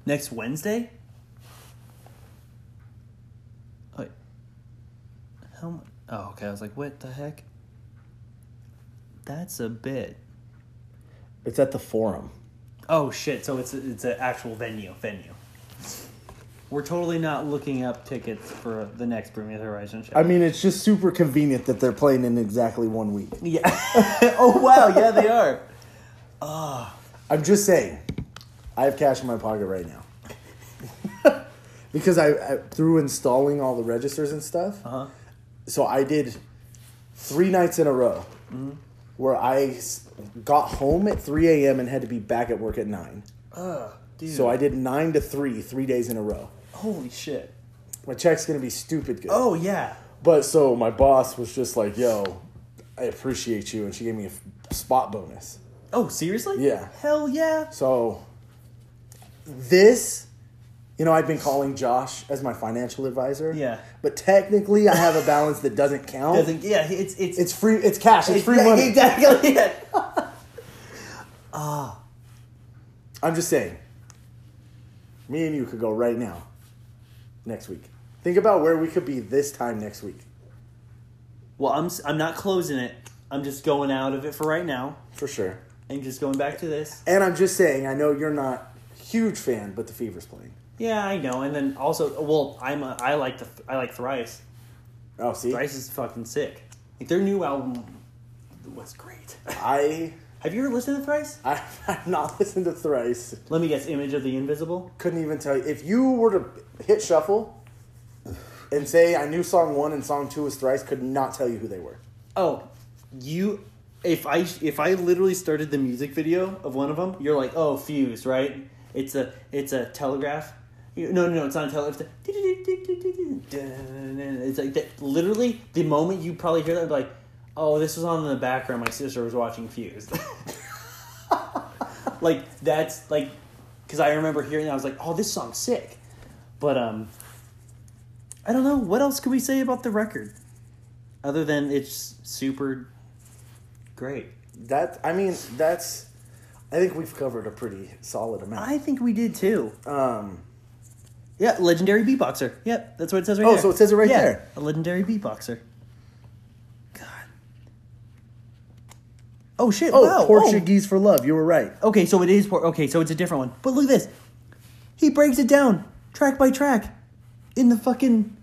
[SPEAKER 1] next Wednesday. Wait, how? mu- Oh, okay. I was like, what the heck? That's a bit.
[SPEAKER 2] It's at the forum.
[SPEAKER 1] Oh shit! So it's it's an actual venue. Venue. We're totally not looking up tickets for the next Bring Me the Horizon show.
[SPEAKER 2] I mean, it's just super convenient that they're playing in exactly one week.
[SPEAKER 1] yeah. oh wow! Yeah, they are.
[SPEAKER 2] I'm just saying. I have cash in my pocket right now. because I, I through installing all the registers and stuff.
[SPEAKER 1] Uh-huh.
[SPEAKER 2] So I did three nights in a row
[SPEAKER 1] Mm-hmm.
[SPEAKER 2] where I s- got home at 3 a.m. and had to be back at work at 9.
[SPEAKER 1] Dude,
[SPEAKER 2] So I did 9 to 3, three days in a row.
[SPEAKER 1] holy shit.
[SPEAKER 2] My check's going to be stupid good.
[SPEAKER 1] Oh yeah.
[SPEAKER 2] But so my boss was just like, yo, I appreciate you. And she gave me a f- spot bonus.
[SPEAKER 1] Oh seriously?
[SPEAKER 2] Yeah.
[SPEAKER 1] Hell yeah.
[SPEAKER 2] So this, you know, I've been calling Josh as my financial advisor.
[SPEAKER 1] Yeah.
[SPEAKER 2] But technically, I have a balance that doesn't count.
[SPEAKER 1] Doesn't yeah? It's it's
[SPEAKER 2] It's free. It's cash. It's, free
[SPEAKER 1] yeah,
[SPEAKER 2] money.
[SPEAKER 1] Exactly. Yeah.
[SPEAKER 2] I'm just saying. Me and you could go right now. Next week. Think about where we could be this time next week.
[SPEAKER 1] Well, I'm s- I'm not closing it. I'm just going out of it for right now,
[SPEAKER 2] For sure.
[SPEAKER 1] and just going back to this.
[SPEAKER 2] And I'm just saying, I know you're not huge fan, but the Fever's playing.
[SPEAKER 1] Yeah, I know. And then also, well, I'm a, I like the I like Thrice.
[SPEAKER 2] Oh, see,
[SPEAKER 1] Thrice is fucking sick. Like their new album was great.
[SPEAKER 2] I,
[SPEAKER 1] Have you ever listened to Thrice?
[SPEAKER 2] I I've not listened to Thrice.
[SPEAKER 1] Let me guess. Image of the Invisible.
[SPEAKER 2] couldn't even tell you. If you were to hit shuffle and say I knew song one and song two was thrice, could not tell you who they were.
[SPEAKER 1] Oh, you. If I if I literally started the music video of one of them, you're like, oh, fused, right? It's a it's a telegraph. You- No, no, no, it's not a telegraph. It's like that. Literally, the moment you probably hear that, I'd be like, oh, this was on in the background. My sister was watching Fused. like that's like, because I remember hearing, that, I was like, oh, this song's sick. But um, I don't know. What else can we say about the record? other than it's super great.
[SPEAKER 2] That I mean, that's. I think we've covered a pretty solid amount.
[SPEAKER 1] I think we did too.
[SPEAKER 2] Um,
[SPEAKER 1] Yeah, legendary beatboxer. Yep, that's what it says right
[SPEAKER 2] Oh,
[SPEAKER 1] there.
[SPEAKER 2] so it says it right
[SPEAKER 1] Yeah,
[SPEAKER 2] there.
[SPEAKER 1] A legendary beatboxer. God. Oh shit!
[SPEAKER 2] oh,
[SPEAKER 1] wow.
[SPEAKER 2] Portuguese for love. You were right.
[SPEAKER 1] Oh. Okay, so it is Por- okay, so it's a different one. But look at this. He breaks it down track by track in the fucking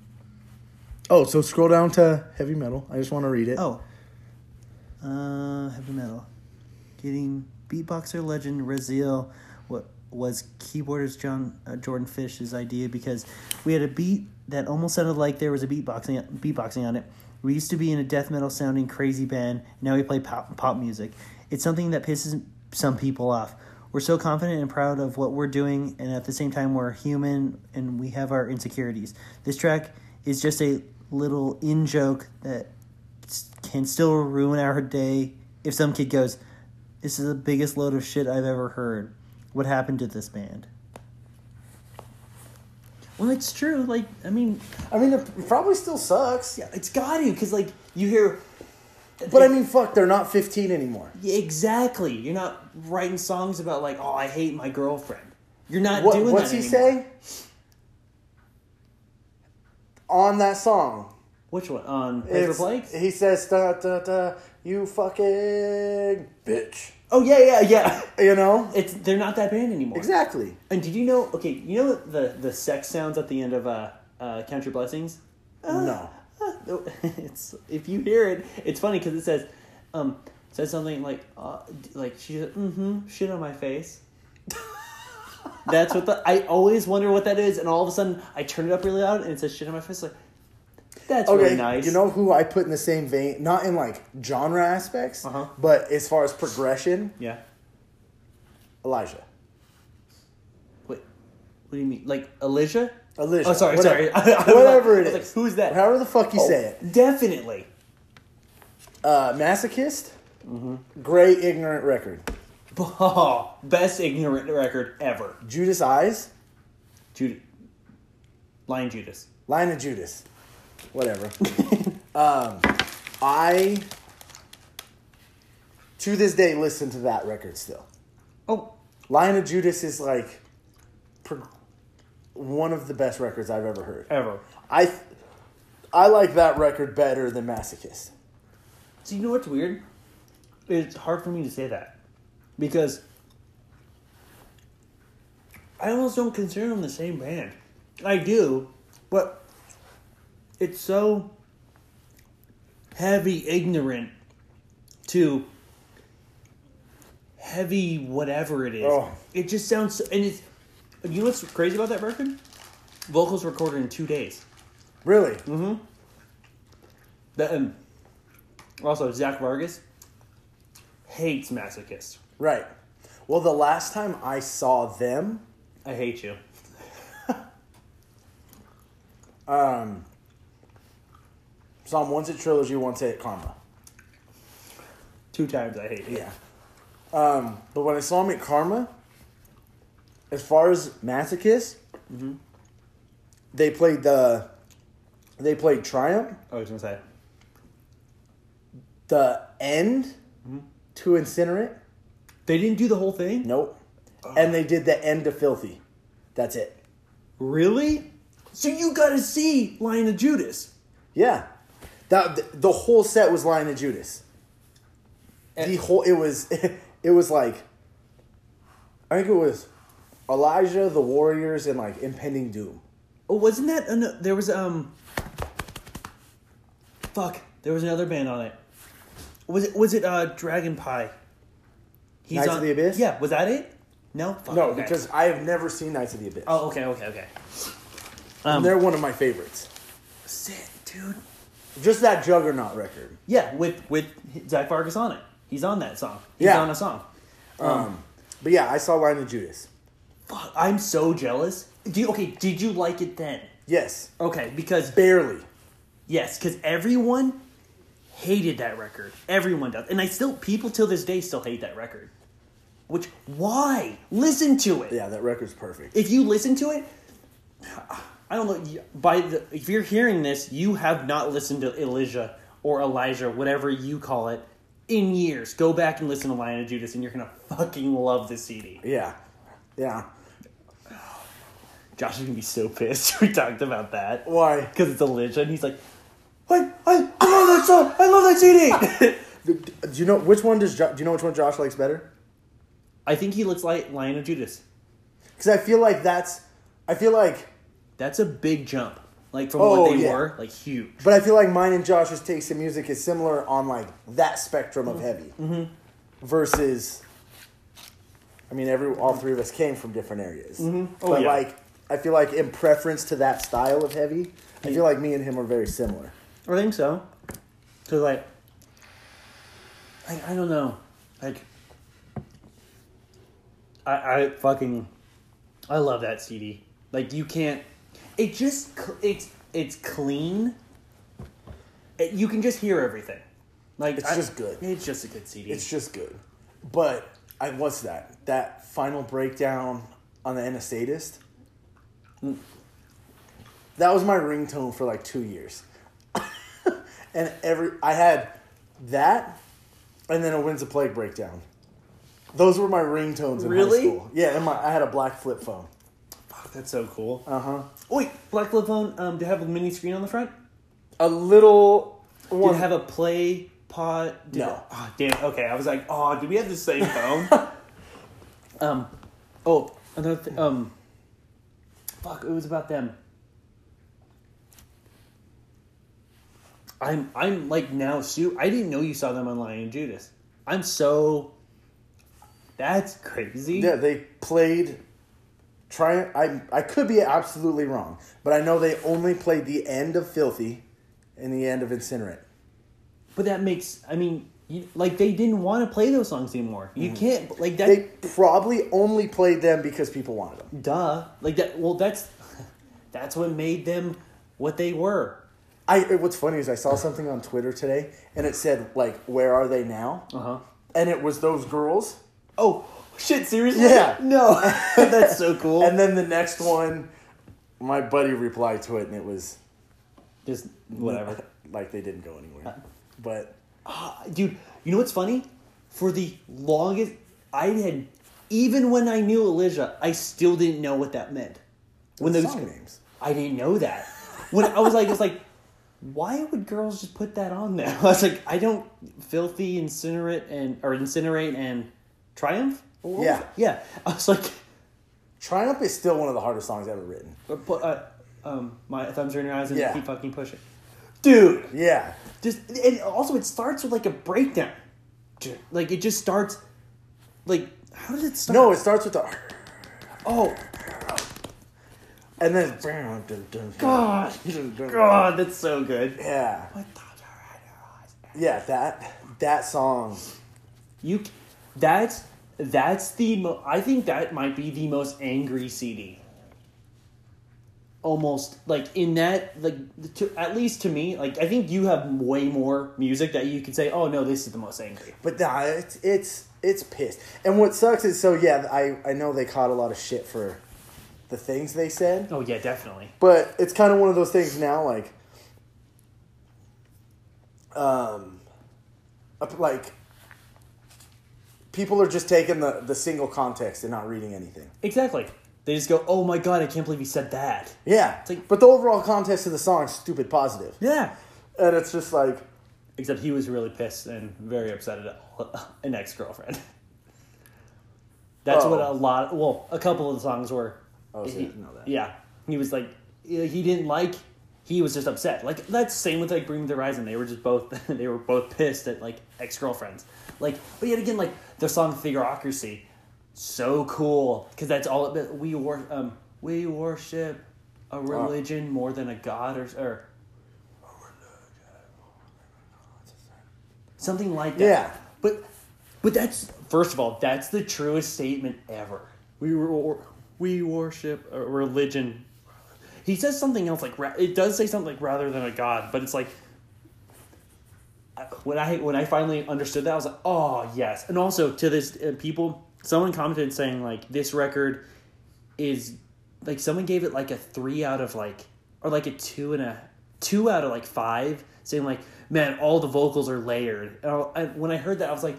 [SPEAKER 2] Oh, so scroll down to heavy metal. I just want to read it.
[SPEAKER 1] Oh. Uh, heavy metal. Getting beatboxer legend Raziel what was keyboardist John uh, Jordan Fish's idea because we had a beat that almost sounded like there was a beatboxing beatboxing on it. We used to be in a death metal sounding crazy band. And now we play pop, pop music. It's something that pisses some people off. We're so confident and proud of what we're doing, and at the same time, we're human and we have our insecurities. This track is just a little in joke that
[SPEAKER 4] can still ruin our day if some kid goes, This is the biggest load of shit I've ever heard. What happened to this band?
[SPEAKER 1] Well, it's true. Like, I mean,
[SPEAKER 2] I mean, it probably still sucks.
[SPEAKER 1] yeah, it's got to because like you hear.
[SPEAKER 2] But I mean, fuck, they're not 15 anymore.
[SPEAKER 1] Yeah, exactly. You're not writing songs about like, oh, I hate my girlfriend. You're not
[SPEAKER 2] What,
[SPEAKER 1] doing
[SPEAKER 2] what's
[SPEAKER 1] that
[SPEAKER 2] he
[SPEAKER 1] anymore.
[SPEAKER 2] say? On that song.
[SPEAKER 1] Which one? On Razor
[SPEAKER 2] it's-
[SPEAKER 1] Blake?
[SPEAKER 2] He says, da, da, da, you fucking bitch.
[SPEAKER 1] Oh yeah, yeah, yeah.
[SPEAKER 2] You know?
[SPEAKER 1] It's they're not that band anymore.
[SPEAKER 2] Exactly.
[SPEAKER 1] And did you know? Okay, you know the the sex sounds at the end of uh, uh Count Your Blessings. Uh,
[SPEAKER 2] No.
[SPEAKER 1] No, it's if you hear it, it's funny because it says, um, it says something like, uh, d- like she, mm-hmm, shit on my face. That's what the I always wonder what that is, and all of a sudden I turn it up really loud and it says shit on my face. Like, that's
[SPEAKER 2] Okay,
[SPEAKER 1] really nice.
[SPEAKER 2] you know who I put in the same vein, not in like genre aspects,
[SPEAKER 1] Uh-huh.
[SPEAKER 2] but as far as progression,
[SPEAKER 1] Yeah.
[SPEAKER 2] Elijah.
[SPEAKER 1] What? What do you mean? Like Elijah?
[SPEAKER 2] Elijah.
[SPEAKER 1] Oh, sorry, sorry. I was like-
[SPEAKER 2] Whatever
[SPEAKER 1] I
[SPEAKER 2] it
[SPEAKER 1] was
[SPEAKER 2] is.
[SPEAKER 1] like, who is that?
[SPEAKER 2] However the fuck you
[SPEAKER 1] Oh,
[SPEAKER 2] say it.
[SPEAKER 1] Definitely.
[SPEAKER 2] Uh, masochist.
[SPEAKER 1] Mm-hmm.
[SPEAKER 2] Gray ignorant record.
[SPEAKER 1] Oh, best ignorant record ever.
[SPEAKER 2] Judas eyes.
[SPEAKER 1] Judas. Lion Judas.
[SPEAKER 2] Line of Judas. Whatever. um, I to this day listen to that record still.
[SPEAKER 1] Oh,
[SPEAKER 2] Line of Judas is like pr- one of the best records I've ever heard.
[SPEAKER 1] ever.
[SPEAKER 2] I th- I like that record better than Masochist.
[SPEAKER 1] So you know what's weird? It's hard for me to say that because I almost don't consider them the same band. I do, but it's so heavy ignorant to heavy whatever it is.
[SPEAKER 2] Oh.
[SPEAKER 1] It just sounds so, and it's you know what's crazy about that record? Vocals recorded in two days.
[SPEAKER 2] Really?
[SPEAKER 1] That, and um, also, Zach Vargas hates masochists.
[SPEAKER 2] Right. Well, the last time I saw them,
[SPEAKER 1] I hate you.
[SPEAKER 2] saw them once at Trilogy, once at Karma.
[SPEAKER 1] Two times I hate you.
[SPEAKER 2] Yeah. Um, but when I saw him at Karma, as far as Masochist, they played the they played Triumph,
[SPEAKER 1] I was gonna say.
[SPEAKER 2] the end to Incinerate.
[SPEAKER 1] They didn't do the whole thing?
[SPEAKER 2] Nope. And they did the end to Filthy. That's it.
[SPEAKER 1] Really? So you gotta see Lion of Judas.
[SPEAKER 2] Yeah. That th- the whole set was Lion of Judas.
[SPEAKER 1] Eh.
[SPEAKER 2] the whole it was it was like I think it was Elijah, the Warriors, and like Impending Doom.
[SPEAKER 1] Oh, wasn't that an, there was um Fuck, there was another band on it. Was it was it uh Dragon Pie? He's
[SPEAKER 2] Knights of the Abyss?
[SPEAKER 1] Yeah, was that it? No? Fuck,
[SPEAKER 2] No,
[SPEAKER 1] okay.
[SPEAKER 2] because I have never seen Knights of the Abyss.
[SPEAKER 1] Oh okay, okay, okay.
[SPEAKER 2] And they're one of my favorites.
[SPEAKER 1] Sit, dude.
[SPEAKER 2] Just that Juggernaut record.
[SPEAKER 1] Yeah, with with Zach Vargas on it. He's on that song. He's
[SPEAKER 2] Yeah.
[SPEAKER 1] on a song.
[SPEAKER 2] But yeah, I saw Line of Judas.
[SPEAKER 1] Fuck, I'm so jealous. Do you, okay, did you like it then?
[SPEAKER 2] Yes,
[SPEAKER 1] Okay, because
[SPEAKER 2] barely.
[SPEAKER 1] yes, because everyone hated that record. Everyone does, and I still people till this day still hate that record. Which why listen to it?
[SPEAKER 2] Yeah, that record's perfect.
[SPEAKER 1] If you listen to it, I don't know. you- By the if you're hearing this, you have not listened to Elijah or Elijah, whatever you call it, in years. Go back and listen to Lion of Judas, and you're gonna fucking love this CD.
[SPEAKER 2] Yeah, yeah.
[SPEAKER 1] Josh is gonna be so pissed. we talked about that.
[SPEAKER 2] Why?
[SPEAKER 1] Because it's Elijah, and he's like, "What? I, I love that song. I love that CD."
[SPEAKER 2] Do do you know which one does? Jo- do you know which one Josh likes better?
[SPEAKER 1] I think he looks like Lion of Judas.
[SPEAKER 2] Because I feel like that's. I feel like
[SPEAKER 1] That's a big jump, like from
[SPEAKER 2] Oh,
[SPEAKER 1] what they
[SPEAKER 2] yeah.
[SPEAKER 1] were, like huge.
[SPEAKER 2] But I feel like mine and Josh's taste in music is similar on like that spectrum
[SPEAKER 1] Mm-hmm.
[SPEAKER 2] of heavy, versus. I mean, every all three of us came from different areas,
[SPEAKER 1] Oh,
[SPEAKER 2] but
[SPEAKER 1] yeah.
[SPEAKER 2] like I feel like in preference to that style of heavy, I feel like me and him are very similar.
[SPEAKER 1] I think so. Cause like, I, I don't know, like, I I fucking, I love that CD. Like you can't, it just cl- it's it's clean. It, you can just hear everything. Like
[SPEAKER 2] It's
[SPEAKER 1] I-
[SPEAKER 2] just good.
[SPEAKER 1] It's just a good CD.
[SPEAKER 2] It's just good. But I what's that? That final breakdown on the Anastatist? That was my ringtone for like two years. and every I had that and then a Winds of Plague breakdown. Those were my ringtones in
[SPEAKER 1] Really?
[SPEAKER 2] high school. Yeah, and my, I had a black flip phone.
[SPEAKER 1] That's so cool.
[SPEAKER 2] Uh huh.
[SPEAKER 1] Uh-huh. Wait, Black Love Phone, um, did it have a mini screen on the front?
[SPEAKER 2] A little
[SPEAKER 1] Did
[SPEAKER 2] one.
[SPEAKER 1] it have a play pod? Did
[SPEAKER 2] No.
[SPEAKER 1] It, oh, damn. Okay, I was like, oh, do we have the same phone? um, oh, another thing. Um, fuck, it was about them. I'm, I'm like now, Sue. I didn't know you saw them on Lion and Judas. I'm so. That's crazy.
[SPEAKER 2] Yeah, they played. Try I I could be absolutely wrong, but I know they only played the end of Filthy, and the end of Incinerate.
[SPEAKER 1] But that makes. I mean, you, like they didn't want to play those songs anymore. You can't like that.
[SPEAKER 2] Mm-hmm. They probably only played them because people wanted them.
[SPEAKER 1] duh like that well that's that's what made them what they were
[SPEAKER 2] I what's funny is I saw something on Twitter today, and it said like, "Where are they now?"
[SPEAKER 1] uh-huh
[SPEAKER 2] And it was those girls.
[SPEAKER 1] oh shit seriously
[SPEAKER 2] Yeah.
[SPEAKER 1] no that's so cool
[SPEAKER 2] And then the next one, my buddy replied to it, and it was
[SPEAKER 1] just whatever
[SPEAKER 2] like they didn't go
[SPEAKER 1] Uh-huh.
[SPEAKER 2] anywhere. But
[SPEAKER 1] dude you know what's funny for the longest i had even when i knew elijah i still didn't know what that meant when those
[SPEAKER 2] song names.
[SPEAKER 1] i didn't know that when i was like it's like why would girls just put that on there i was like i don't filthy incinerate and or incinerate and triumph What was
[SPEAKER 2] Yeah.
[SPEAKER 1] it? yeah i was like
[SPEAKER 2] Triumph is still one of the hardest songs ever written.
[SPEAKER 1] Uh, Put uh, um, my thumbs are in your eyes and
[SPEAKER 2] Yeah.
[SPEAKER 1] keep fucking pushing, dude.
[SPEAKER 2] Yeah,
[SPEAKER 1] Just and also it starts with like a breakdown, Dude, like it just starts, like how did it start?
[SPEAKER 2] no, it starts with the.
[SPEAKER 1] oh
[SPEAKER 2] And then dun, dun, dun,
[SPEAKER 1] god,
[SPEAKER 2] dun, dun.
[SPEAKER 1] god, that's so good.
[SPEAKER 2] Yeah.
[SPEAKER 1] My thumbs are in your eyes.
[SPEAKER 2] Yeah, that that song.
[SPEAKER 1] You, c- that's that's the mo- I think that might be the most angry CD. Almost like in that like to, at least to me like I think you have way more music that you could say oh no this is the most angry.
[SPEAKER 2] But nah, it's it's it's pissed. And what sucks is so yeah, I I know they caught a lot of shit for the things they said,
[SPEAKER 1] Oh yeah, definitely.
[SPEAKER 2] but it's kind of one of those things now like um up- like people are just taking the the single context and not reading anything.
[SPEAKER 1] Exactly. They just go, "Oh my god, I can't believe he said that."
[SPEAKER 2] Yeah.
[SPEAKER 1] like-
[SPEAKER 2] but the overall context of the song is stupid positive.
[SPEAKER 1] Yeah.
[SPEAKER 2] And it's just like
[SPEAKER 1] Except he was really pissed and very upset at an ex-girlfriend. That's what a
[SPEAKER 2] Oh.
[SPEAKER 1] lot. Well, a couple of the songs were.
[SPEAKER 2] Oh, so
[SPEAKER 1] he-
[SPEAKER 2] you know that.
[SPEAKER 1] Yeah, he was like, he didn't like. He was just upset. Like that's same with like Bring Me the Horizon. They were just both. they were both pissed at like ex-girlfriends. Like, but yet again, like the song "Figurocracy," so cool because that's all it. We wor- um we worship a religion more than a god or or something like that.
[SPEAKER 2] Yeah.
[SPEAKER 1] But but that's first of all, that's the truest statement ever. We were we worship a religion. He says something else like ra- it does say something like rather than a god, but it's like I- when I when I finally understood that, I was like, oh yes. And also to this uh, people, someone commented saying like this record is like someone gave it like a three out of like or like a two and a two out of like five, saying like man, all the vocals are layered. And I, I- when I heard that, I was like,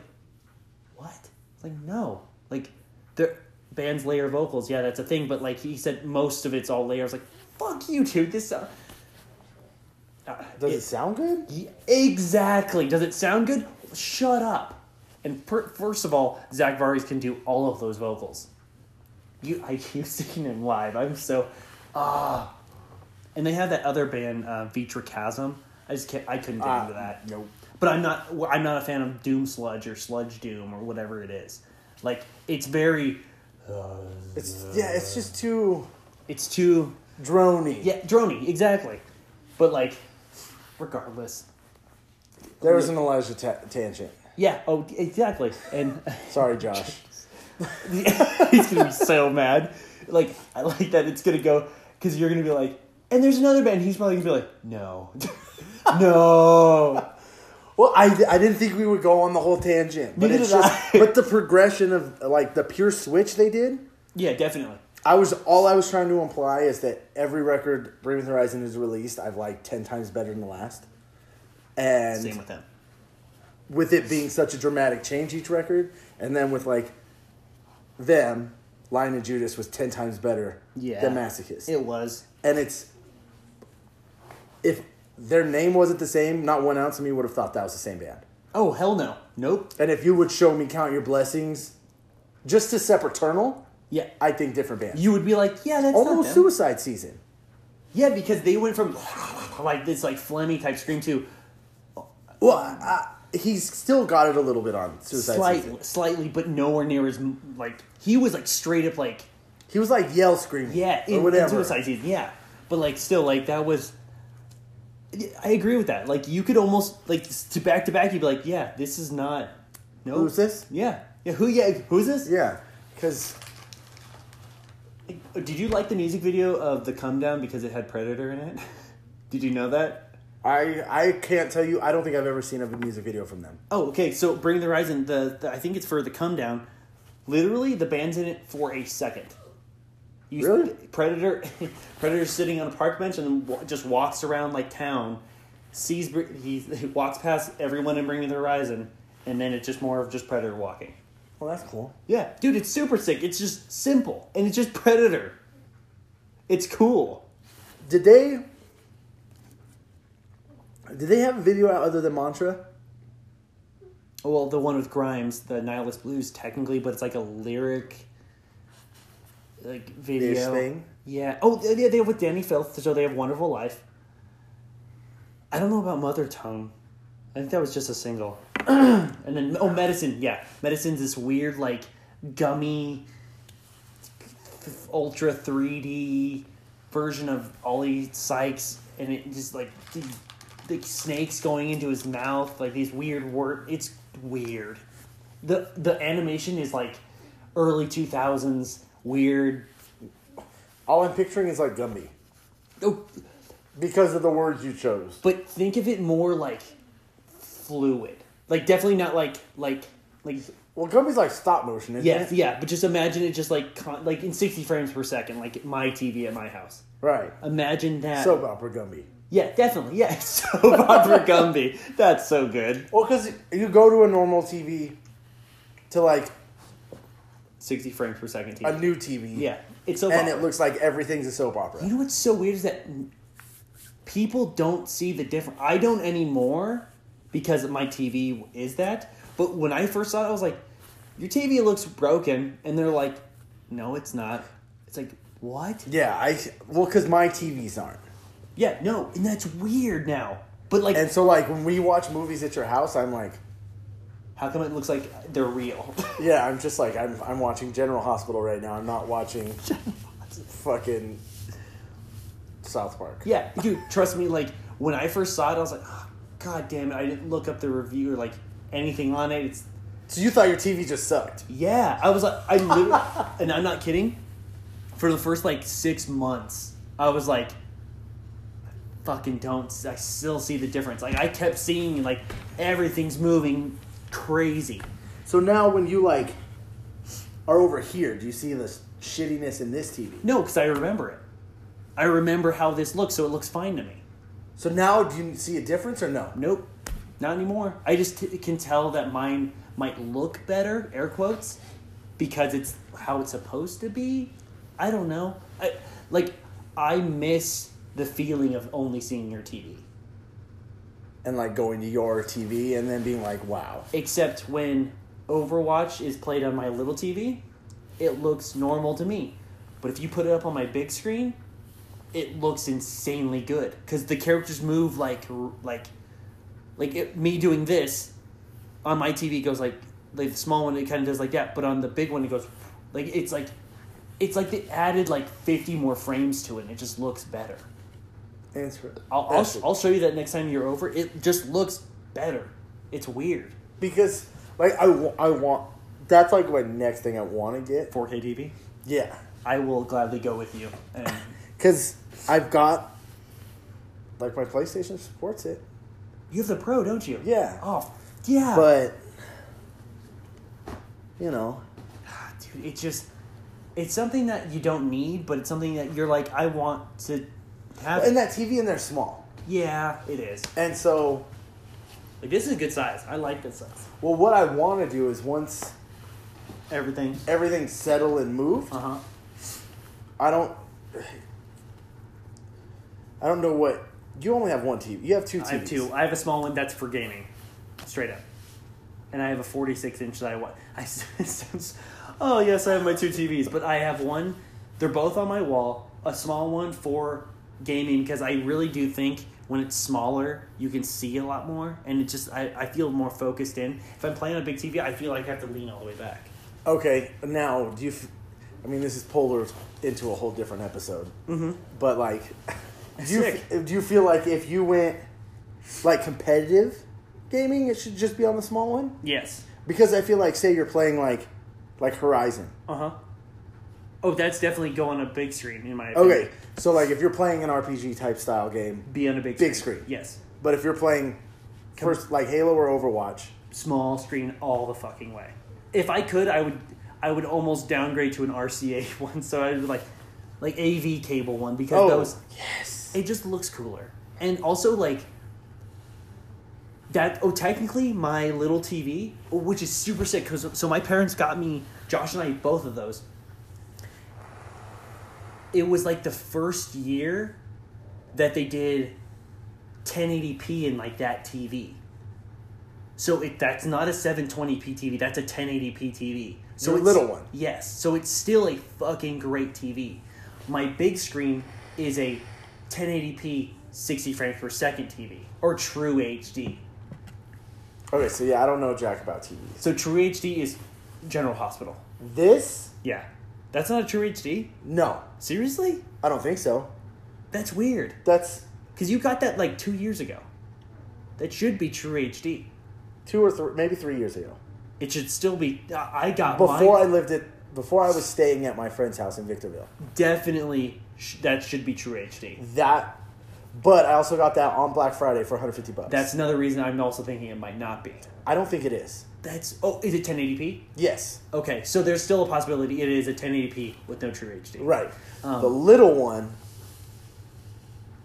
[SPEAKER 1] what? It's like no, like the bands layer vocals. Yeah, that's a thing. But like he said, most of it's all layers. Like fuck you, dude. This. Uh, uh,
[SPEAKER 2] does
[SPEAKER 1] it-
[SPEAKER 2] it sound good?
[SPEAKER 1] yeah, exactly. Does it sound good? Shut up. And per, first of all, Zach Varys can do all of those vocals. You, I, you've seen him live. I'm so, ah. And they have that other band, uh, Vitra Chasm. I just can't, I couldn't get
[SPEAKER 2] Uh,
[SPEAKER 1] into that.
[SPEAKER 2] nope.
[SPEAKER 1] But I'm not. well, I'm not a fan of Doom Sludge or Sludge Doom or whatever it is. Like it's very.
[SPEAKER 2] It's yeah, it's just too
[SPEAKER 1] It's too
[SPEAKER 2] drony.
[SPEAKER 1] yeah drony exactly, but like, regardless.
[SPEAKER 2] There was an Elijah ta- tangent.
[SPEAKER 1] Yeah. Oh, exactly. And
[SPEAKER 2] Sorry, Josh.
[SPEAKER 1] he's gonna be so mad. Like I like that it's gonna go because you're gonna be like, and there's another band. He's probably gonna be like, no, no.
[SPEAKER 2] Well, I, I didn't think we would go on the whole tangent, but
[SPEAKER 4] Neither
[SPEAKER 2] it's
[SPEAKER 4] did
[SPEAKER 2] just
[SPEAKER 4] I.
[SPEAKER 2] but the progression of like the pure switch they did.
[SPEAKER 1] Yeah, definitely.
[SPEAKER 2] I was all I was trying to imply is that every record Breathing Horizon is released, I've liked ten times better than the last, and
[SPEAKER 1] Same with them.
[SPEAKER 2] with it being such a dramatic change each record, and then with like them, Lion and Judas was ten times better
[SPEAKER 1] Yeah.
[SPEAKER 2] than Masochist,
[SPEAKER 1] It was.
[SPEAKER 2] and it's if their name wasn't the same, not one ounce of me would have thought that was the same band.
[SPEAKER 1] Oh, hell no. Nope.
[SPEAKER 2] And if you would show me Count Your Blessings, just to sepaternal,
[SPEAKER 1] Yeah.
[SPEAKER 2] I think different bands.
[SPEAKER 1] You would be like, yeah, that's not
[SPEAKER 2] Almost
[SPEAKER 1] them.
[SPEAKER 2] Suicide Season.
[SPEAKER 1] Yeah, because they went from like this like Flemmy type scream to
[SPEAKER 2] Well, I, I, he's still got it a little bit on Suicide Season.
[SPEAKER 1] slight, slightly, but nowhere near as m- like he was like straight up like
[SPEAKER 2] He was like yell screaming.
[SPEAKER 1] yeah in,
[SPEAKER 2] or
[SPEAKER 1] in
[SPEAKER 2] whatever.
[SPEAKER 1] Suicide Season yeah, but like still like that was. I agree with that. Like you could almost like s- to back to back, you'd be like, yeah, this is not. No,
[SPEAKER 2] Who's this?
[SPEAKER 1] Yeah, yeah. Who? Yeah, who's this?
[SPEAKER 2] Yeah, because
[SPEAKER 1] Did you like the music video of the Come Down because it had Predator in it? Did you know that?
[SPEAKER 2] I I can't tell you. I don't think I've ever seen a music video from them.
[SPEAKER 1] Oh, okay. So Bring the Horizon, the, the I think it's for the come down. Literally, the band's in it for a second. You,
[SPEAKER 2] Really?
[SPEAKER 1] Predator, Predator's sitting on a park bench and wa- just walks around like town. Sees Br- he, he walks past everyone in Bring the Horizon, and then it's just more of just Predator walking.
[SPEAKER 2] Well, that's cool.
[SPEAKER 1] Yeah, dude, it's super sick. It's just simple, and it's just Predator. It's cool.
[SPEAKER 2] Did they? Did they have a video out other than Mantra?
[SPEAKER 1] Well, the one with Grimes, the Nihilist Blues, technically, but it's like a lyric, like video
[SPEAKER 2] Ish thing?
[SPEAKER 1] Yeah. Oh, they- they, they have with Danny Filth, so they have "Wonderful Life." I don't know about Mother Tongue. I think that was just a single. and then oh, Medicine. Yeah, Medicine's this weird like gummy, ultra three D version of Ollie Sykes, and it just like the, the snakes going into his mouth, like these weird word. It's weird. the The animation is like early two thousands weird.
[SPEAKER 2] All I'm picturing is like Gumby
[SPEAKER 1] Oh,
[SPEAKER 2] because of the words you chose.
[SPEAKER 1] but think of it more like fluid. Like definitely not like like like
[SPEAKER 2] Well, Gumby's like stop motion, isn't
[SPEAKER 1] yeah
[SPEAKER 2] it?
[SPEAKER 1] yeah. But just imagine it just like con- like in sixty frames per second, like my TV at my house.
[SPEAKER 2] Right.
[SPEAKER 1] Imagine that.
[SPEAKER 2] Soap opera Gumby.
[SPEAKER 1] Yeah, definitely. Yeah, so Barbara Gumby. That's so good.
[SPEAKER 2] Well, because you go to a normal TV to like
[SPEAKER 1] 60 frames per second. TV.
[SPEAKER 2] a new TV.
[SPEAKER 1] yeah, it's so.
[SPEAKER 2] And it looks like everything's a soap opera.
[SPEAKER 1] You know what's so weird is that people don't see the difference. I don't anymore because my TV is that. But when I first saw it, I was like, "Your TV looks broken," and they're like, "No, it's not." It's like, "What?"
[SPEAKER 2] Yeah, I well, because my TVs aren't.
[SPEAKER 1] Yeah, no, and that's weird now. But like,
[SPEAKER 2] And so, like when we watch movies at your house, I'm like,
[SPEAKER 1] how come it looks like they're real?
[SPEAKER 2] yeah, I'm just like, I'm I'm watching General Hospital right now. I'm not watching fucking South Park.
[SPEAKER 1] Yeah, dude, trust me. Like when I first saw it, I was like, oh, "God damn it!" I didn't look up the review or like anything on it. It's
[SPEAKER 2] So you thought your TV just sucked?
[SPEAKER 1] yeah, I was like, I literally, and I'm not kidding. For the first like six months, I was like, I "Fucking don't!" s- I still see the difference. Like I kept seeing like everything's moving crazy.
[SPEAKER 2] So now when you like are over here, do you see the shittiness in this TV?
[SPEAKER 1] No, because I remember it. I remember how this looks, so it looks fine to me.
[SPEAKER 2] So now do you see a difference or no?
[SPEAKER 1] Nope, not anymore. I just t- can tell that mine might look better, air quotes, because it's how it's supposed to be. I don't know. I, like, I miss the feeling of only seeing your TV.
[SPEAKER 2] And like going to your TV and then being like, wow.
[SPEAKER 1] Except when Overwatch is played on my little TV, it looks normal to me. But if you put it up on my big screen, it looks insanely good because the characters move like r- like like it, me doing this on my TV goes like like the small one it kind of does like that, but on the big one it goes like it's like it's like they added like fifty more frames to it and it just looks better.
[SPEAKER 2] Answer. it.
[SPEAKER 1] I'll I'll,
[SPEAKER 2] Answer it.
[SPEAKER 1] I'll show you that next time you're over. It just looks better. It's weird.
[SPEAKER 2] because like I, wa- I want that's like my next thing I want to get.
[SPEAKER 1] 4K TV.
[SPEAKER 2] Yeah,
[SPEAKER 1] I will gladly go with you. And
[SPEAKER 2] because I've got like my PlayStation supports it,
[SPEAKER 1] You have the pro, don't you?
[SPEAKER 2] Yeah.
[SPEAKER 1] Oh, yeah.
[SPEAKER 2] But you know,
[SPEAKER 1] dude, it's just it's something that you don't need, but it's something that you're like, I want to have.
[SPEAKER 2] and that TV in there's small,
[SPEAKER 1] yeah, it is.
[SPEAKER 2] and so
[SPEAKER 1] Like this is a good size. I like this size.
[SPEAKER 2] well, what I want to do is once
[SPEAKER 1] Everything.
[SPEAKER 2] everything's settled and moved,
[SPEAKER 1] Uh huh.
[SPEAKER 2] I don't. I don't know what you only have one TV. You have two TVs.
[SPEAKER 1] I have two. I have a small one that's for gaming, straight up, and I have a 46 inch that I want. I s- it sounds- oh yes, I have my two TVs, but I have one. They're both on my wall. A small one for gaming because I really do think when it's smaller you can see a lot more, and it just I, I feel more focused in. If I'm playing on a big TV, I feel like I have to lean all the way back.
[SPEAKER 2] Okay, now do you? F- I mean, this is polar into a whole different episode. Mm-hmm. But like, do you f- do you feel like if you went like competitive gaming, it should just be on the small one?
[SPEAKER 1] Yes.
[SPEAKER 2] Because I feel like, say you're playing like like Horizon.
[SPEAKER 1] Uh huh. Oh, that's definitely go on a big screen in my opinion.
[SPEAKER 2] Okay, so like if you're playing an RPG type style game,
[SPEAKER 1] Be on a big
[SPEAKER 2] Big
[SPEAKER 1] screen.
[SPEAKER 2] screen.
[SPEAKER 1] Yes.
[SPEAKER 2] but if you're playing first like Halo or Overwatch,
[SPEAKER 1] small screen all the fucking way. If I could, I would I would almost downgrade to an RCA one, so I'd be like like AV cable one because
[SPEAKER 2] Oh,
[SPEAKER 1] those yes. It just looks cooler. And also like that oh technically my little TV, which is super sick cuz so my parents got me Josh and I both of those. It was like the first year that they did 1080p in like that TV. So it, that's not a 720p TV. That's a 1080p TV. So
[SPEAKER 2] Your
[SPEAKER 1] it's-
[SPEAKER 2] little one.
[SPEAKER 1] Yes. So it's still a fucking great TV. My big screen is a 1080p 60 frames per second TV or True HD.
[SPEAKER 2] okay, so yeah, I don't know jack about TVs.
[SPEAKER 1] So True HD is General Hospital.
[SPEAKER 2] This,
[SPEAKER 1] Yeah. That's not a True HD.
[SPEAKER 2] no,
[SPEAKER 1] Seriously?
[SPEAKER 2] I don't think so.
[SPEAKER 1] That's weird.
[SPEAKER 2] That's
[SPEAKER 1] Cuz you got that like 2 years ago. That should be True HD.
[SPEAKER 2] two or three, maybe three years ago.
[SPEAKER 1] It should still be I I got
[SPEAKER 2] before
[SPEAKER 1] mine.
[SPEAKER 2] I lived at before I was staying at my friend's house in Victorville.
[SPEAKER 1] definitely sh- that should be True HD.
[SPEAKER 2] That, but I also got that on Black Friday for 150 bucks.
[SPEAKER 1] That's another reason I'm also thinking it might not be.
[SPEAKER 2] I don't think it is.
[SPEAKER 1] That's oh, is it 1080p?
[SPEAKER 2] Yes,
[SPEAKER 1] Okay, so there's still a possibility it is a 1080p with no true HD.
[SPEAKER 2] right.
[SPEAKER 1] Um,
[SPEAKER 2] the little one.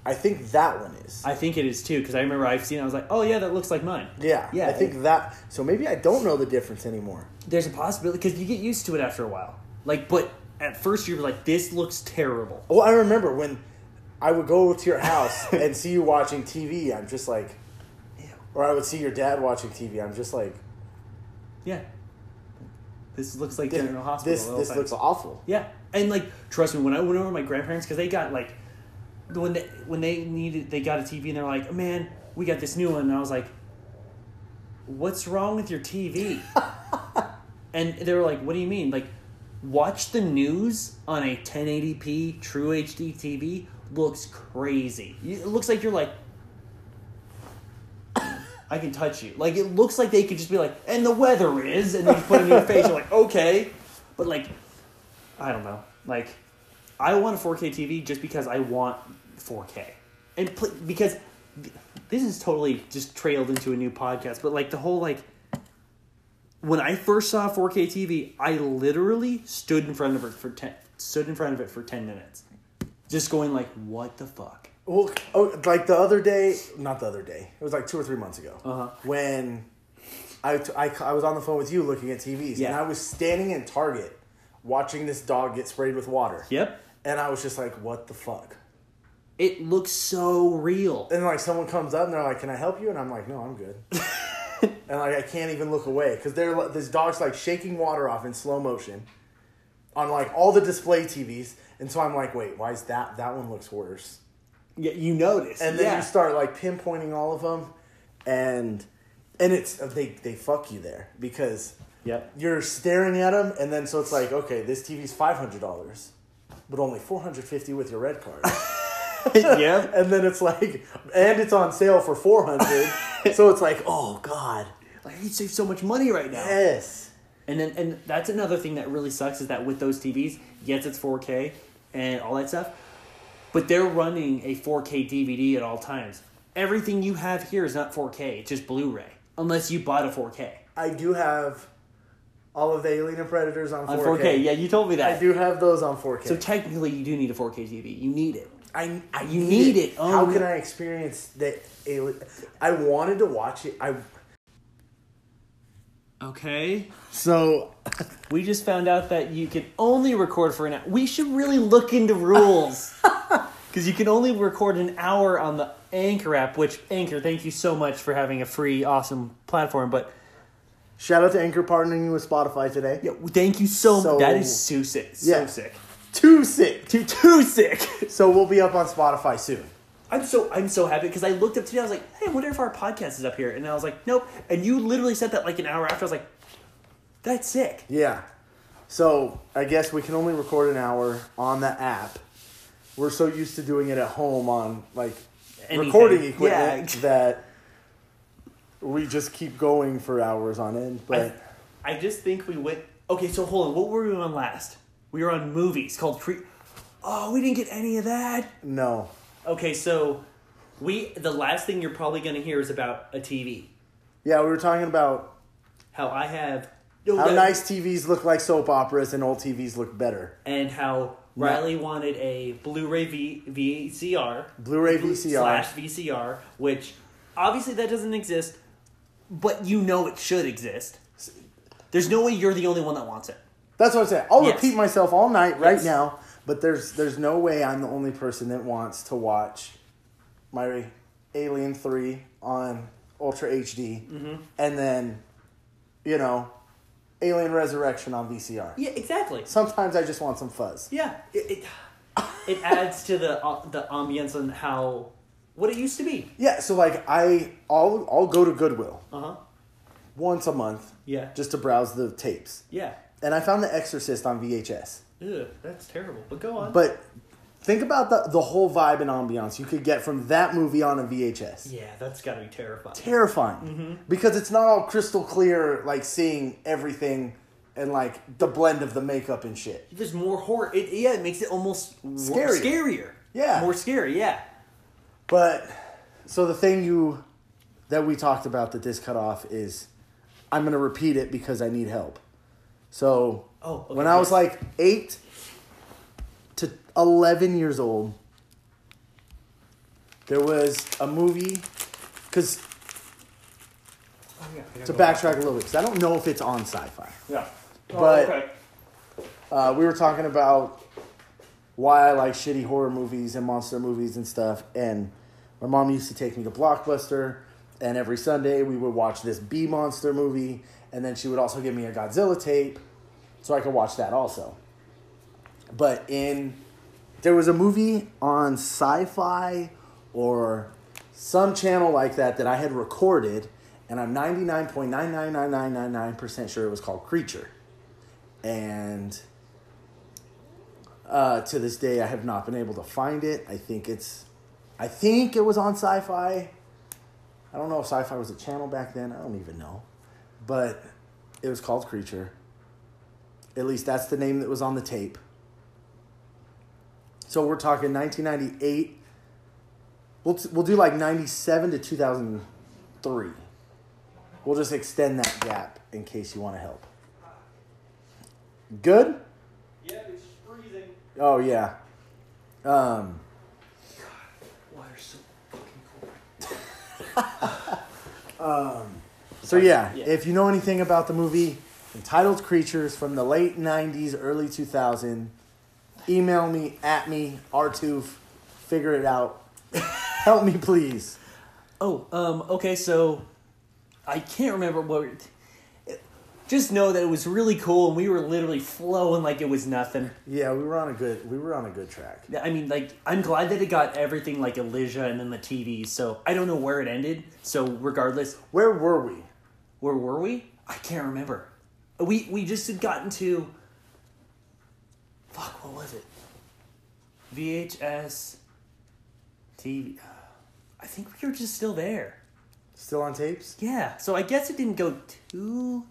[SPEAKER 2] I think that one is.
[SPEAKER 1] I think it is too because I remember I've seen. it, I was like, oh yeah, that looks like mine.
[SPEAKER 2] yeah,
[SPEAKER 1] yeah.
[SPEAKER 2] I think that. So maybe I don't know the difference anymore.
[SPEAKER 1] there's a possibility because you get used to it after a while. Like, but at first you're like, this looks terrible.
[SPEAKER 2] Well, I remember when I would go to your house and see you watching TV. I'm just like, or I would see your dad watching TV. I'm just like,
[SPEAKER 1] Yeah, this looks like
[SPEAKER 2] this
[SPEAKER 1] General Hospital.
[SPEAKER 2] this,
[SPEAKER 1] all
[SPEAKER 2] this
[SPEAKER 1] the
[SPEAKER 2] looks
[SPEAKER 1] time.
[SPEAKER 2] awful.
[SPEAKER 1] Yeah, and like trust me, when I went over to my grandparents because they got like when they when they needed they got a TV and they're like, man, we got this new one, and I was like, what's wrong with your TV? and they were like, what do you mean? Like, watch the news on a 1080p True HD TV looks crazy. You- It looks like you're like. I can touch you. Like it looks like they could just be like, and the weather is, and then put it in your face. You're like, okay, but like I don't know. Like, I want a 4K TV just because I want 4K, and pl- because th- this is totally just trailed into a new podcast. But like the whole like, when I first saw 4K TV, I literally stood in front of it for ten stood in front of it for ten minutes, just going like, what the fuck?
[SPEAKER 2] Well, oh, like the other day, not the other day. It was like two or three months ago.
[SPEAKER 1] Uh-huh.
[SPEAKER 2] When I, t- I ca- I was on the phone with you looking at TVs, and
[SPEAKER 1] Yeah.
[SPEAKER 2] I was standing in Target watching this dog get sprayed with water.
[SPEAKER 1] Yep,
[SPEAKER 2] And I was just like, what the fuck?
[SPEAKER 1] it looks so real.
[SPEAKER 2] And like someone comes up and they're like, can I help you? And I'm like, no, I'm good. and like I can't even look away because they're li- this dog's like shaking water off in slow motion on like all the display TVs. And so I'm like, wait, why is that? That one looks worse.
[SPEAKER 1] Yeah, you notice,
[SPEAKER 2] and then
[SPEAKER 1] yeah.
[SPEAKER 2] you start like pinpointing all of them and and it's they they fuck you there because
[SPEAKER 1] Yep.
[SPEAKER 2] you're staring at them and then so it's like okay this tv's $500 but only 450 with your red card
[SPEAKER 1] yep.
[SPEAKER 2] and then it's like and it's on sale for 400 so it's like oh god
[SPEAKER 1] Like, I save so much money right now.
[SPEAKER 2] yes
[SPEAKER 1] And then and that's another thing that really sucks is that with those TVs, yes, it's 4K and all that stuff, but they're running a 4K DVD at all times. everything you have here is not 4K. It's just Blu-ray, unless you bought a 4K.
[SPEAKER 2] I do have all of the Alien and Predators on 4K.
[SPEAKER 1] On 4K, yeah, you told me that.
[SPEAKER 2] I do have those on 4K.
[SPEAKER 1] So technically, you do need a 4K TV. You need it.
[SPEAKER 2] I, I
[SPEAKER 1] You need it.
[SPEAKER 2] How
[SPEAKER 1] Oh.
[SPEAKER 2] can I experience that? Ali- I wanted to watch it. I
[SPEAKER 1] Okay.
[SPEAKER 2] so
[SPEAKER 1] We just found out that you can only record for an hour. We should really look into rules. Because you can only record an hour on the Anchor app, which, Anchor, thank you so much for having a free, awesome platform. But
[SPEAKER 2] shout out to Anchor partnering with Spotify today.
[SPEAKER 1] yeah, thank you so,
[SPEAKER 2] So-
[SPEAKER 1] That is so sick. So
[SPEAKER 2] Yeah.
[SPEAKER 1] sick.
[SPEAKER 2] Too sick.
[SPEAKER 1] Too, too sick.
[SPEAKER 2] So we'll be up on Spotify soon.
[SPEAKER 1] I'm so I'm so happy because I looked up today. I was like, "Hey, I wonder if our podcast is up here." And I was like, "Nope." And you literally said that like an hour after. I was like, "That's sick."
[SPEAKER 2] Yeah. So I guess we can only record an hour on the app. We're so used to doing it at home on like
[SPEAKER 1] Anything.
[SPEAKER 2] recording equipment
[SPEAKER 1] Yeah.
[SPEAKER 2] that we just keep going for hours on end. But
[SPEAKER 1] I, I just think we went. Okay, so hold on. What were we on last? We were on movies called Cre. Oh, we didn't get any of that.
[SPEAKER 2] no,
[SPEAKER 1] Okay, so we the last thing you're probably going to hear is about a TV.
[SPEAKER 2] yeah, we were talking about
[SPEAKER 1] How I have no,
[SPEAKER 2] how
[SPEAKER 1] that-
[SPEAKER 2] nice TVs look like soap operas and old TVs look better.
[SPEAKER 1] and how Riley wanted a Blu-ray v- VCR,
[SPEAKER 2] Blu-ray VCR.
[SPEAKER 1] slash VCR, which obviously that doesn't exist, but you know it should exist. There's no way you're the only one that wants it.
[SPEAKER 2] That's what I said. I'll
[SPEAKER 1] Yes.
[SPEAKER 2] repeat myself all night right
[SPEAKER 1] Yes.
[SPEAKER 2] now, but there's there's no way I'm the only person that wants to watch my Alien Three on Ultra HD,
[SPEAKER 1] Mm-hmm.
[SPEAKER 2] and then you know Alien Resurrection on VCR.
[SPEAKER 1] Yeah, exactly.
[SPEAKER 2] Sometimes I just want some fuzz.
[SPEAKER 1] Yeah, it it, it adds to the uh, the ambience and how what it used to be.
[SPEAKER 2] Yeah, so like I I'll I'll go to Goodwill
[SPEAKER 1] Uh huh.
[SPEAKER 2] once a month,
[SPEAKER 1] Yeah.
[SPEAKER 2] just to browse the tapes,
[SPEAKER 1] yeah.
[SPEAKER 2] and I found The Exorcist on VHS.
[SPEAKER 1] Ugh, that's terrible. But go on.
[SPEAKER 2] But think about the the whole vibe and ambiance you could get from that movie on a VHS.
[SPEAKER 1] yeah, that's got to be terrifying.
[SPEAKER 2] terrifying
[SPEAKER 1] Mm-hmm.
[SPEAKER 2] because it's not all crystal clear like seeing everything and like the blend of the makeup and shit
[SPEAKER 1] There's more horror. It, yeah, it makes it almost scarier.
[SPEAKER 2] Scarier.
[SPEAKER 1] scarier.
[SPEAKER 2] Yeah.
[SPEAKER 1] more scary. Yeah.
[SPEAKER 2] but so the thing you that we talked about that this cut off is i'm gonna repeat it because i need help so
[SPEAKER 1] Oh, okay,
[SPEAKER 2] when i was
[SPEAKER 1] yes.
[SPEAKER 2] like 8 to 11 years old there was a movie because
[SPEAKER 1] Oh, yeah
[SPEAKER 2] to backtrack a little bit because i don't know if it's on sci-fi
[SPEAKER 1] Yeah. Oh,
[SPEAKER 2] But- uh, we were talking about why I like shitty horror movies and monster movies and stuff. And my mom used to take me to Blockbuster, and every Sunday we would watch this B monster movie, and then she would also give me a Godzilla tape so I could watch that also. But in there was a movie on sci-fi or some channel like that that I had recorded, and I'm 99.99999% sure it was called Creature. And uh, to this day, I have not been able to find it. I think it's, I think it was on Sci-Fi. I don't know if Sci-Fi was a channel back then. I don't even know, but it was called Creature. At least that's the name that was on the tape. So we're talking 1998. We'll t- we'll do like 97 to 2003. We'll just extend that gap in case you want to help. Good. Oh yeah. Um,
[SPEAKER 1] Water's so fucking cold.
[SPEAKER 2] so yeah,
[SPEAKER 1] Yeah.
[SPEAKER 2] if you know anything about the movie entitled Creatures from the late '90s, early 2000, email me at me rtoof. Figure it out. Help me, please.
[SPEAKER 1] Oh, um, okay, so I can't remember what. we- Just know that it was really cool, and we were literally flowing like it was nothing.
[SPEAKER 2] Yeah, we were on a good we were on a good track.
[SPEAKER 1] I mean, like I'm glad that it got everything like Elysia and then the TV. So I don't know where it ended. So regardless,
[SPEAKER 2] Where were we?
[SPEAKER 1] where were we? I can't remember. We we just had gotten to. Fuck, what was it? VHS, TV. uh, I think we were just still there.
[SPEAKER 2] Still on tapes?
[SPEAKER 1] Yeah, so I guess it didn't go too.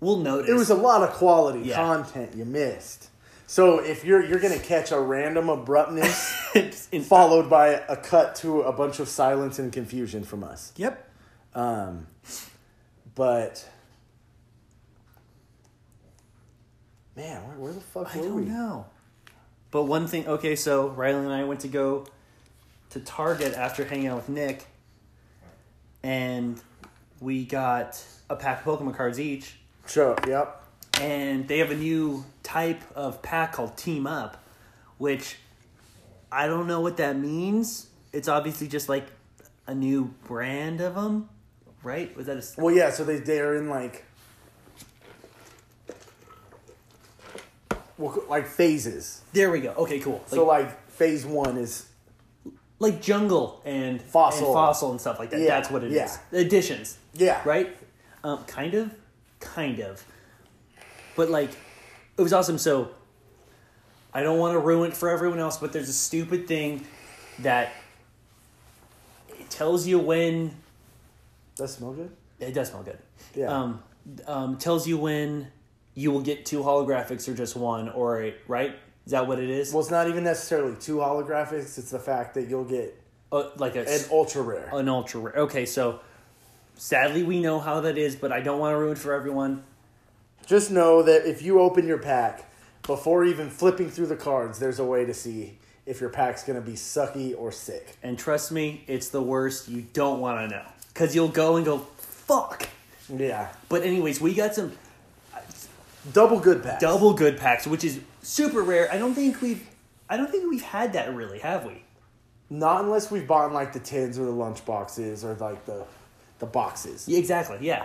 [SPEAKER 1] We'll notice.
[SPEAKER 2] It was a lot of quality
[SPEAKER 1] Yeah.
[SPEAKER 2] content you missed. So if you're you're gonna catch a random abruptness
[SPEAKER 1] It's in-
[SPEAKER 2] followed by a cut to a bunch of silence and confusion from us.
[SPEAKER 4] Yep.
[SPEAKER 2] Um, but man, where, where the fuck
[SPEAKER 4] I
[SPEAKER 2] were
[SPEAKER 4] don't
[SPEAKER 2] we?
[SPEAKER 4] know.
[SPEAKER 1] But one thing, okay, so Riley and I went to go to Target after hanging out with Nick, and we got a pack of Pokemon cards each,
[SPEAKER 2] Sure. Yep.
[SPEAKER 1] and they have a new type of pack called Team Up, which I don't know what that means. It's obviously just like a new brand of them, right? Was that a s-
[SPEAKER 2] Well, yeah. So they they are in like. Well, like phases.
[SPEAKER 1] There we go. Okay, cool. Like,
[SPEAKER 2] so like phase one is
[SPEAKER 1] like jungle and
[SPEAKER 2] Fossil.
[SPEAKER 1] and fossil and stuff like that.
[SPEAKER 2] Yeah,
[SPEAKER 1] That's what it is.
[SPEAKER 2] yeah.
[SPEAKER 1] Additions.
[SPEAKER 2] yeah
[SPEAKER 1] right? Um, kind of, kind of, but like, it was awesome. So, I don't want to ruin it for everyone else, but there's a stupid thing that it tells you when
[SPEAKER 2] That smell good.
[SPEAKER 1] it does smell good.
[SPEAKER 2] Yeah.
[SPEAKER 1] Um, um, tells you when you will get two holographics or just one or a, right? Is that what it is?
[SPEAKER 2] Well, it's not even necessarily two holographics. It's the fact that you'll get
[SPEAKER 1] uh, like a
[SPEAKER 2] an ultra rare.
[SPEAKER 4] Uh,
[SPEAKER 1] an ultra rare. Okay, so sadly we know how that is, but I don't want to ruin it for everyone.
[SPEAKER 2] Just know that if you open your pack before even flipping through the cards, there's a way to see if your pack's gonna be sucky or sick.
[SPEAKER 1] And trust me, it's the worst. You don't want to know. Because you'll go and go, fuck.
[SPEAKER 2] Yeah,
[SPEAKER 1] But, anyways, we got some
[SPEAKER 2] double good pack.
[SPEAKER 1] double good packs, which is super rare. I don't think we've. I don't think we've had that really, have we?
[SPEAKER 2] Not unless we've bought like the tins or the lunch boxes or like the the boxes.
[SPEAKER 1] Yeah, exactly. Yeah.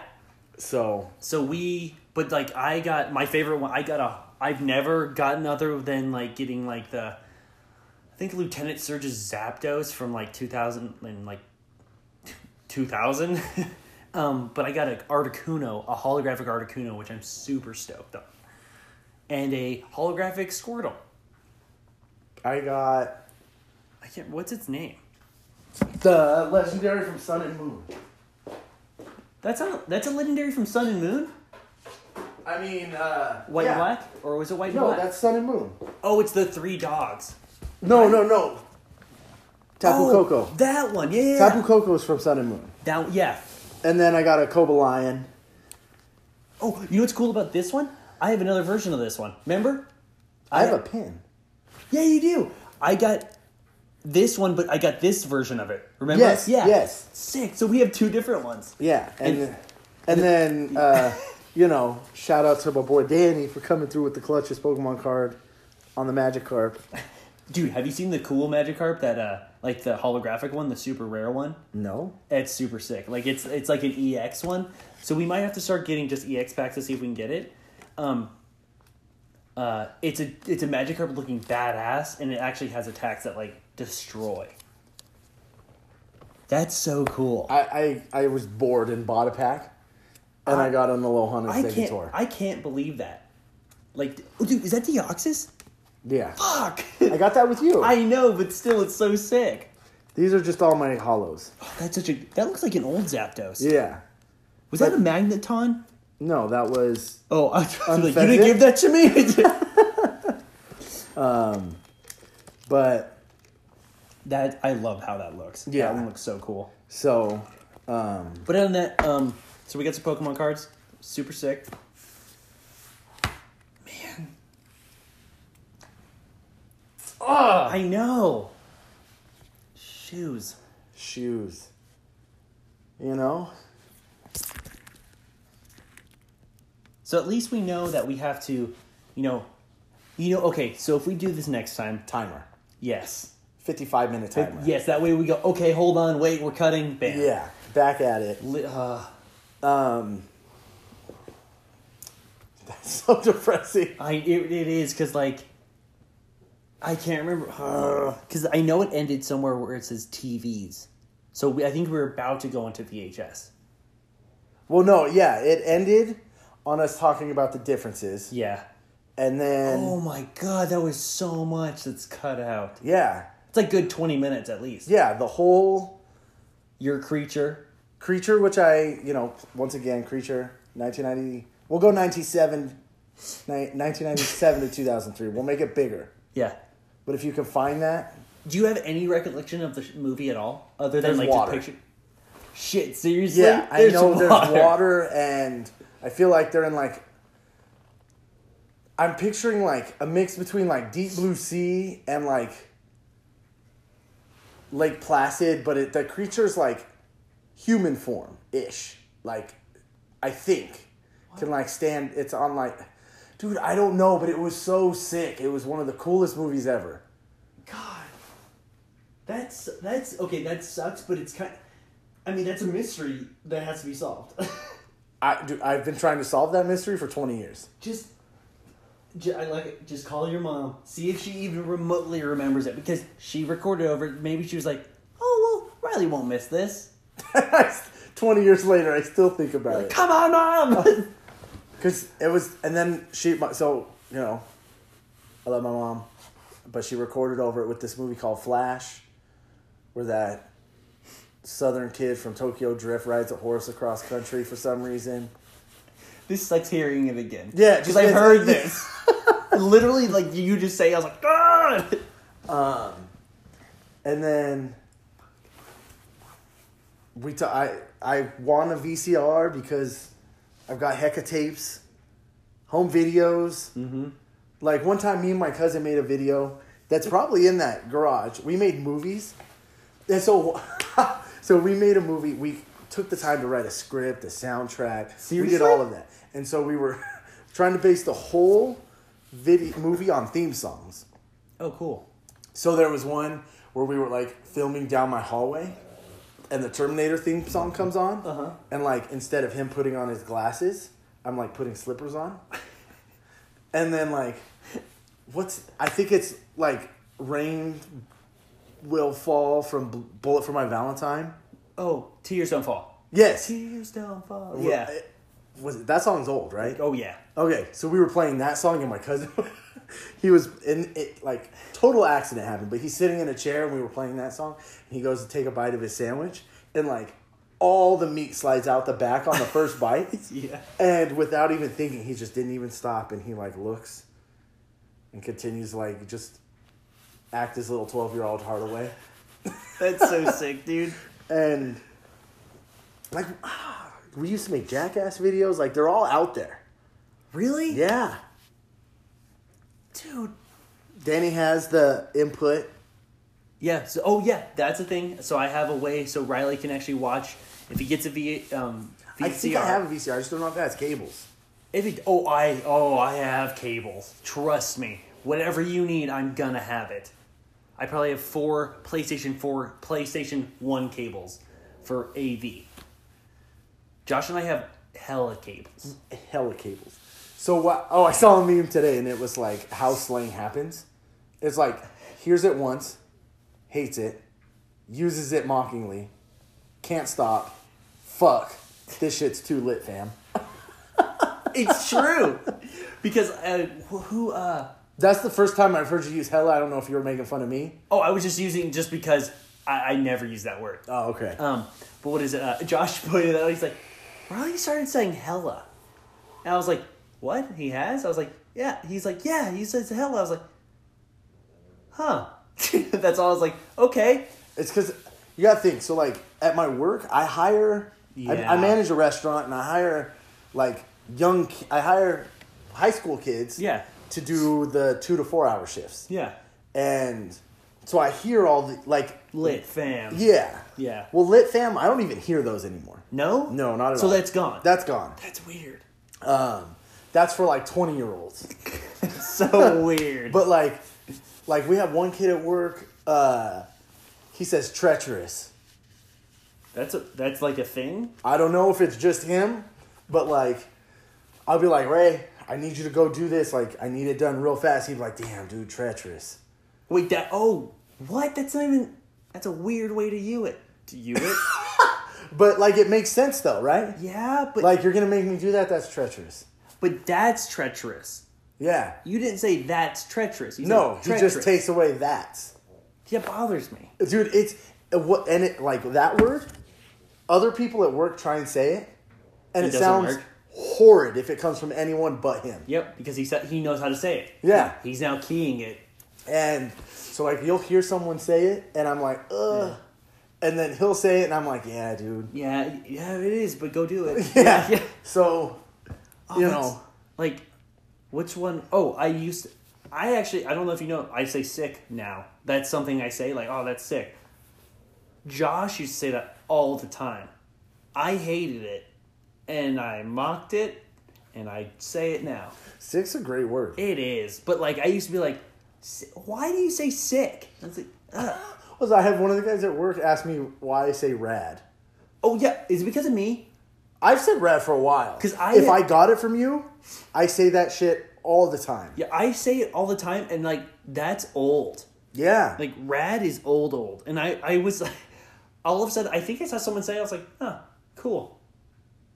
[SPEAKER 2] So
[SPEAKER 1] So we, but like I got my favorite one. I got a. I've never gotten other than like getting like the. I think Lieutenant Surge's Zapdos from like two thousand and like two thousand. um, but I got a Articuno, a holographic Articuno, which I'm super stoked on, and a holographic Squirtle.
[SPEAKER 2] I got
[SPEAKER 1] I can't. What's its name?
[SPEAKER 2] the legendary from Sun and Moon.
[SPEAKER 1] That's a that's a legendary from Sun and Moon.
[SPEAKER 2] I mean, uh,
[SPEAKER 1] White
[SPEAKER 2] yeah.
[SPEAKER 1] and black, or was it white and
[SPEAKER 2] No,
[SPEAKER 1] black?
[SPEAKER 2] that's Sun and Moon.
[SPEAKER 1] Oh, it's the three dogs.
[SPEAKER 2] No, no, no. Tapu
[SPEAKER 1] oh,
[SPEAKER 2] Koko.
[SPEAKER 1] That one, yeah. yeah, yeah.
[SPEAKER 2] Tapu Coco's from Sun and Moon.
[SPEAKER 1] That yeah.
[SPEAKER 2] And then I got a Koba Lion.
[SPEAKER 1] Oh, you know what's cool about this one? I have another version of this one. Remember?
[SPEAKER 2] I have a pin.
[SPEAKER 1] Yeah, you do. I got this one, but I got this version of it. Remember?
[SPEAKER 2] Yes,
[SPEAKER 1] Yeah.
[SPEAKER 2] yes.
[SPEAKER 1] Sick. So we have two different ones.
[SPEAKER 2] Yeah, and
[SPEAKER 1] And-
[SPEAKER 2] and, then uh, you know, shout out to my boy Danny for coming through with the clutchest Pokemon card on the Magic Card.
[SPEAKER 1] Dude, have you seen the cool Magikarp that uh like the holographic one, the super rare one?
[SPEAKER 2] No,
[SPEAKER 1] It's super sick. Like it's it's like an EX one. So we might have to start getting just EX packs to see if we can get it. Um uh, it's a it's a Magikarp looking badass, and it actually has attacks that like destroy. That's so cool.
[SPEAKER 2] I I, I was bored and bought a pack, and I,
[SPEAKER 1] I-
[SPEAKER 2] got an Alohana
[SPEAKER 1] I can't.
[SPEAKER 2] Segator.
[SPEAKER 1] I can't believe that. Like, oh, dude, is that Deoxys?
[SPEAKER 2] yeah,
[SPEAKER 1] Fuck.
[SPEAKER 2] I got that with you.
[SPEAKER 1] I know, but still, it's so sick.
[SPEAKER 2] These are just all my hollows.
[SPEAKER 1] Oh, that's such a. That looks like an old Zapdos.
[SPEAKER 2] Yeah,
[SPEAKER 1] Was that a Magneton?
[SPEAKER 2] no, that was
[SPEAKER 1] Oh, I was like, you
[SPEAKER 2] Unfettered?
[SPEAKER 1] didn't give that to me.
[SPEAKER 2] but
[SPEAKER 1] that I love how that looks.
[SPEAKER 2] Yeah.
[SPEAKER 1] that one looks so cool.
[SPEAKER 2] so um
[SPEAKER 1] But other than that, um, so we got some Pokemon cards. Super sick.
[SPEAKER 2] oh.
[SPEAKER 1] I know. Shoes.
[SPEAKER 2] shoes. You know,
[SPEAKER 1] So at least we know that we have to, you know, you know. Okay, so if we do this next time,
[SPEAKER 2] timer,
[SPEAKER 1] yes,
[SPEAKER 2] fifty-five minute timer.
[SPEAKER 1] yes. That way we go. Okay, hold on, wait. We're cutting. Bam.
[SPEAKER 2] yeah, back at it.
[SPEAKER 1] Li- uh,
[SPEAKER 2] Um, that's so depressing.
[SPEAKER 1] I it, it is because like I can't remember because I know it ended somewhere where it says TVs. So we, I think we were about to go into VHS.
[SPEAKER 2] Well, no, yeah, it ended on us talking about the differences,
[SPEAKER 1] Yeah.
[SPEAKER 2] and then
[SPEAKER 1] Oh my god, that was so much that's cut out.
[SPEAKER 2] yeah,
[SPEAKER 1] It's like good twenty minutes at least.
[SPEAKER 2] yeah, the whole
[SPEAKER 1] Your creature.
[SPEAKER 2] creature, which I, you know, once again, creature, nineteen ninety. We'll go ninety seven Ni- 1997 to 2003. We'll make it bigger.
[SPEAKER 1] Yeah.
[SPEAKER 2] But if you can find that,
[SPEAKER 1] Do you have any recollection of the sh- movie at all, other than like
[SPEAKER 2] There's water.
[SPEAKER 1] just picture? Shit, seriously.
[SPEAKER 2] yeah, I know there's water, and I feel like they're in like. I'm picturing like a mix between like Deep Blue Sea and like Lake Placid, but it, the creature's like human form ish. Like, I think can like stand. It's on like, dude, I don't know, but it was so sick. It was one of the coolest movies ever.
[SPEAKER 1] God, that's that's okay. That sucks, but it's kind. I mean, that's a mystery that has to be solved.
[SPEAKER 2] I dude, I've been trying to solve that mystery for twenty years.
[SPEAKER 1] just, ju- I like it. Just call your mom. See if she even remotely remembers it because she recorded over. it. Maybe she was like, "Oh well, Riley won't miss this."
[SPEAKER 2] 20 years later, I still think about it.
[SPEAKER 1] Come on, mom.
[SPEAKER 2] Because it was, and then she, my- so, you know, I love my mom, but she recorded over it with this movie called Flash, where that southern kid from Tokyo Drift rides a horse across country for some reason.
[SPEAKER 1] this sucks hearing it again.
[SPEAKER 2] Yeah,
[SPEAKER 1] because
[SPEAKER 2] just-
[SPEAKER 1] I've
[SPEAKER 2] it's-
[SPEAKER 1] heard this. Literally, like you just say, I was like, "God."
[SPEAKER 2] And then we t- I, I want a VCR because I've got hecka tapes, home videos. Mm-hmm. Like one time, me and my cousin made a video that's probably in that garage. We made movies, and so so we made a movie. We took the time to write a script, a soundtrack. We did
[SPEAKER 1] Seriously?
[SPEAKER 2] all of that, and so we were trying to base the whole video movie on theme songs.
[SPEAKER 1] Oh, cool.
[SPEAKER 2] So there was one where we were like filming down my hallway, and the Terminator theme song comes on,
[SPEAKER 1] Uh-huh.
[SPEAKER 2] and like instead of him putting on his glasses, I'm like putting slippers on, and then like, what's I think it's like rain will fall from Bl- Bullet for My Valentine.
[SPEAKER 1] Oh, tears don't fall.
[SPEAKER 2] Yes,
[SPEAKER 1] Tears don't fall. Yeah.
[SPEAKER 2] Was it, that song's old, right?
[SPEAKER 1] Oh yeah.
[SPEAKER 2] Okay, so we were playing that song, and my cousin, he was in it like total accident happened, but he's sitting in a chair, and we were playing that song, and he goes to take a bite of his sandwich, and like all the meat slides out the back on the first bite,
[SPEAKER 1] Yeah.
[SPEAKER 2] and without even thinking, he just didn't even stop, and he like looks, and continues to, like just act his little twelve year old heart away,
[SPEAKER 1] That's so sick, dude.
[SPEAKER 2] and like ah, we used to make jackass videos, like they're all out there,
[SPEAKER 1] Really?
[SPEAKER 2] yeah.
[SPEAKER 1] Dude.
[SPEAKER 2] Danny has the input.
[SPEAKER 1] Yeah. So, oh yeah, that's a thing. So I have a way so Riley can actually watch if he gets a V um VCR.
[SPEAKER 2] I think I have a VCR. I just don't know if it has cables.
[SPEAKER 1] If he, oh I oh I have cables. Trust me. Whatever you need, I'm gonna have it. I probably have four PlayStation 4, PlayStation 1 cables for AV. Josh and I have hella cables.
[SPEAKER 2] Hella cables. So what? Oh, I saw a meme today, and it was like how slang happens. It's like hears it once, hates it, uses it mockingly, can't stop. Fuck, this shit's too lit, fam.
[SPEAKER 1] It's true. because uh, wh- who uh
[SPEAKER 2] That's the first time I've heard you use hella. I don't know if you were making fun of me.
[SPEAKER 1] Oh, I was just using just because I, I never use that word.
[SPEAKER 2] Oh, okay.
[SPEAKER 1] Um, but what is it? Uh, Josh pointed out. He's like, Riley started saying hella, and I was like, what? He has? I was like, yeah. He's like, yeah. He says hella. I was like, huh. That's all. I was like, okay.
[SPEAKER 2] It's because you got to think. So, like at my work, I hire. I, I
[SPEAKER 1] Yeah.
[SPEAKER 2] manage a restaurant, and I hire like young. ki- I hire high school kids.
[SPEAKER 1] Yeah.
[SPEAKER 2] To do the two to four hour shifts,
[SPEAKER 1] Yeah.
[SPEAKER 2] and so I hear all the like.
[SPEAKER 1] Lit fam.
[SPEAKER 2] Yeah.
[SPEAKER 1] Yeah.
[SPEAKER 2] Well, lit fam, I don't even hear those anymore.
[SPEAKER 1] No.
[SPEAKER 2] No, not at
[SPEAKER 1] so
[SPEAKER 2] all.
[SPEAKER 1] that's gone.
[SPEAKER 2] That's gone.
[SPEAKER 1] that's weird.
[SPEAKER 2] Um, that's for like twenty year olds.
[SPEAKER 1] So weird.
[SPEAKER 2] But like, like we have one kid at work. Uh, he says treacherous.
[SPEAKER 1] that's a, that's like a thing.
[SPEAKER 2] I don't know if it's just him, but like, I'll be like, Ray, I need you to go do this. Like, I need it done real fast. He'd be like, damn, dude, treacherous.
[SPEAKER 1] Wait, that. Oh, what? That's not even. That's a weird way to you it. To you it.
[SPEAKER 2] But like, it makes sense though, right?
[SPEAKER 1] yeah, but
[SPEAKER 2] Like, you're gonna make me do that? That's treacherous.
[SPEAKER 1] But that's treacherous.
[SPEAKER 2] Yeah.
[SPEAKER 1] You didn't say that's treacherous. You said
[SPEAKER 2] No, he
[SPEAKER 1] treacherous.
[SPEAKER 2] just takes away that.
[SPEAKER 1] That bothers me.
[SPEAKER 2] Dude, it's uh, what and it like that word. Other people at work try and say it, and
[SPEAKER 1] It
[SPEAKER 2] it,
[SPEAKER 1] doesn't
[SPEAKER 2] sounds
[SPEAKER 1] work.
[SPEAKER 2] horrid if it comes from anyone but him.
[SPEAKER 1] Yep, because he said he knows how to say it.
[SPEAKER 2] Yeah.
[SPEAKER 1] He's now keying it.
[SPEAKER 2] And so like you'll hear someone say it, and I'm like, ugh. And then he'll say it, and I'm like, yeah, dude.
[SPEAKER 1] Yeah, yeah, it is, but go do it.
[SPEAKER 2] Yeah.
[SPEAKER 1] yeah.
[SPEAKER 2] So, you
[SPEAKER 1] Oh, that's-
[SPEAKER 2] know,
[SPEAKER 1] like which one oh i used to, i actually i don't know if you know i say sick now that's something i say like oh that's sick josh used to say that all the time i hated it and i mocked it and i say it now
[SPEAKER 2] sick's a great word.
[SPEAKER 1] it is but like i used to be like "Si- why do you say sick i was like Ugh.
[SPEAKER 2] Was I have one of the guys at work ask me why I say rad.
[SPEAKER 1] oh yeah is it because of me
[SPEAKER 2] I've said rad for a while.
[SPEAKER 1] 'Cause I-
[SPEAKER 2] if I got it from you, I say that shit all the time.
[SPEAKER 1] yeah i say it all the time and like that's old
[SPEAKER 2] Yeah.
[SPEAKER 1] like rad is old old and i i was like all of a sudden i think i saw someone say it, i was like huh cool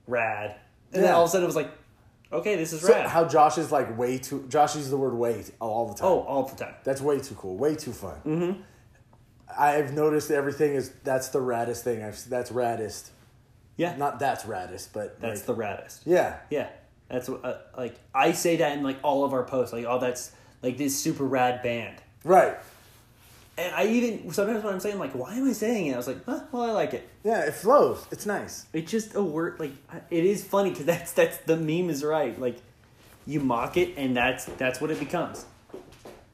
[SPEAKER 1] rad and then
[SPEAKER 2] Yeah.
[SPEAKER 1] all of a sudden it was like okay this is
[SPEAKER 2] So
[SPEAKER 1] rad
[SPEAKER 2] how Josh is like way too. Josh uses the word way t- all the time.
[SPEAKER 1] oh all the time
[SPEAKER 2] That's way too cool. Way too fun. Mm-hmm. I've noticed everything is that's the raddest thing. I've that's raddest.
[SPEAKER 1] yeah
[SPEAKER 2] Not that's raddest, but
[SPEAKER 1] that's
[SPEAKER 2] like,
[SPEAKER 1] the raddest
[SPEAKER 2] yeah.
[SPEAKER 1] yeah that's what uh, like i say that in like all of our posts like oh that's like this super rad band
[SPEAKER 2] Right.
[SPEAKER 1] and i even sometimes when i'm saying like why am i saying it i was like huh, well i like it
[SPEAKER 2] Yeah, it flows. It's nice.
[SPEAKER 1] It's just a word like I- it is funny because that's that's the meme is right. Like you mock it and that's that's what it becomes.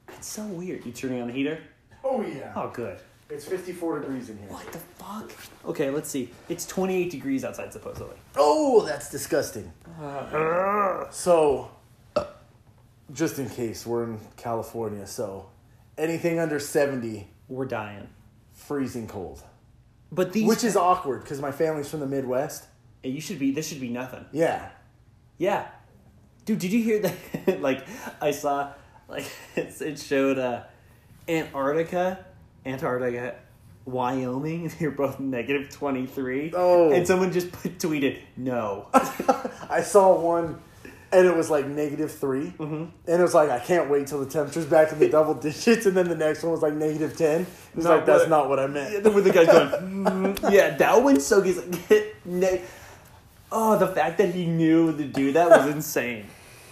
[SPEAKER 1] It's so weird. You turning on the heater?
[SPEAKER 2] Oh yeah.
[SPEAKER 1] Oh, good.
[SPEAKER 2] It's 54 degrees in here.
[SPEAKER 1] What the fuck? Okay, let's see. It's 28 degrees outside supposedly.
[SPEAKER 2] Oh, that's disgusting. Uh-huh. so, just in case we're in California, so anything under 70
[SPEAKER 1] We're dying.
[SPEAKER 2] freezing cold.
[SPEAKER 1] But these
[SPEAKER 2] Which is awkward cuz my family's from the Midwest.
[SPEAKER 1] you should be this should be nothing.
[SPEAKER 2] Yeah.
[SPEAKER 1] Yeah. Dude, did you hear that? like, I saw, like, it's, it showed uh, Antarctica, Antarctica, Wyoming, and they're both negative 23.
[SPEAKER 2] Oh.
[SPEAKER 1] And someone just put, tweeted, no.
[SPEAKER 2] I saw one and it was like negative three. And it was like, I can't wait till the temperature's back in the double digits. And then the next one was like negative 10. It was
[SPEAKER 1] Not
[SPEAKER 2] like, that's
[SPEAKER 1] what-
[SPEAKER 2] not what I meant.
[SPEAKER 1] With the guy going, "Mm." yeah, that one's so he's like, ne- oh, the fact that he knew to do that was insane.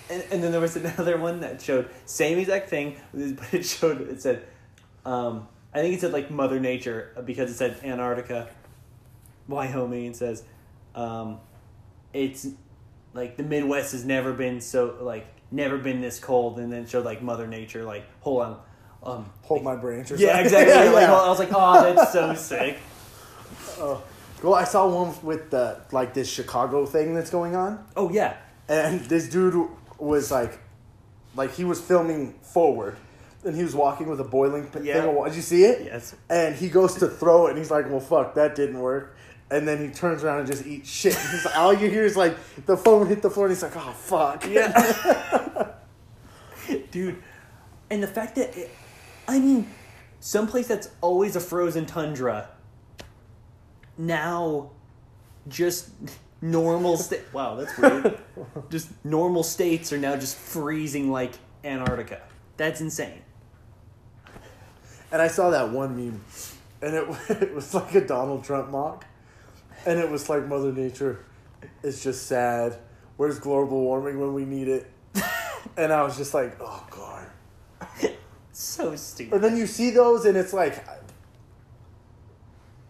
[SPEAKER 1] And, and then there was another one that showed same exact thing, but it showed it said, um, I think it said like Mother Nature uh, because it said Antarctica, Wyoming, and says, um, it's like the Midwest has never been so like never been this cold, and then it showed like Mother Nature like hold on, um,
[SPEAKER 2] Hold my branch or
[SPEAKER 1] yeah,
[SPEAKER 2] something.
[SPEAKER 1] exactly.
[SPEAKER 2] Yeah,
[SPEAKER 1] Like,
[SPEAKER 2] yeah.
[SPEAKER 1] I was like, oh, that's so sick.
[SPEAKER 2] Well, I saw one with the, like this Chicago thing that's going on.
[SPEAKER 1] Oh yeah,
[SPEAKER 2] and this dude was like, like he was filming forward, and he was walking with a boiling p-
[SPEAKER 1] Yeah.
[SPEAKER 2] thing. Of, wa- did you see it?
[SPEAKER 1] Yes.
[SPEAKER 2] And he goes to throw it, and he's like, "Well, fuck, that didn't work." And then he turns around and just eats shit. And he's like, all you hear is like the phone hit the floor, and he's like, "Oh fuck."
[SPEAKER 1] yeah, dude. And the fact that, it, I mean, someplace that's always a frozen tundra. Now, just normal state. Wow, that's weird. just normal states are now just freezing like Antarctica. That's insane.
[SPEAKER 2] And I saw that one meme, and it, it was like a Donald Trump mock, and it was like Mother Nature is just sad. Where's global warming when we need it? and I was just like, "Oh god."
[SPEAKER 1] So
[SPEAKER 2] And
[SPEAKER 1] stupid.
[SPEAKER 2] then you see those, and it's like,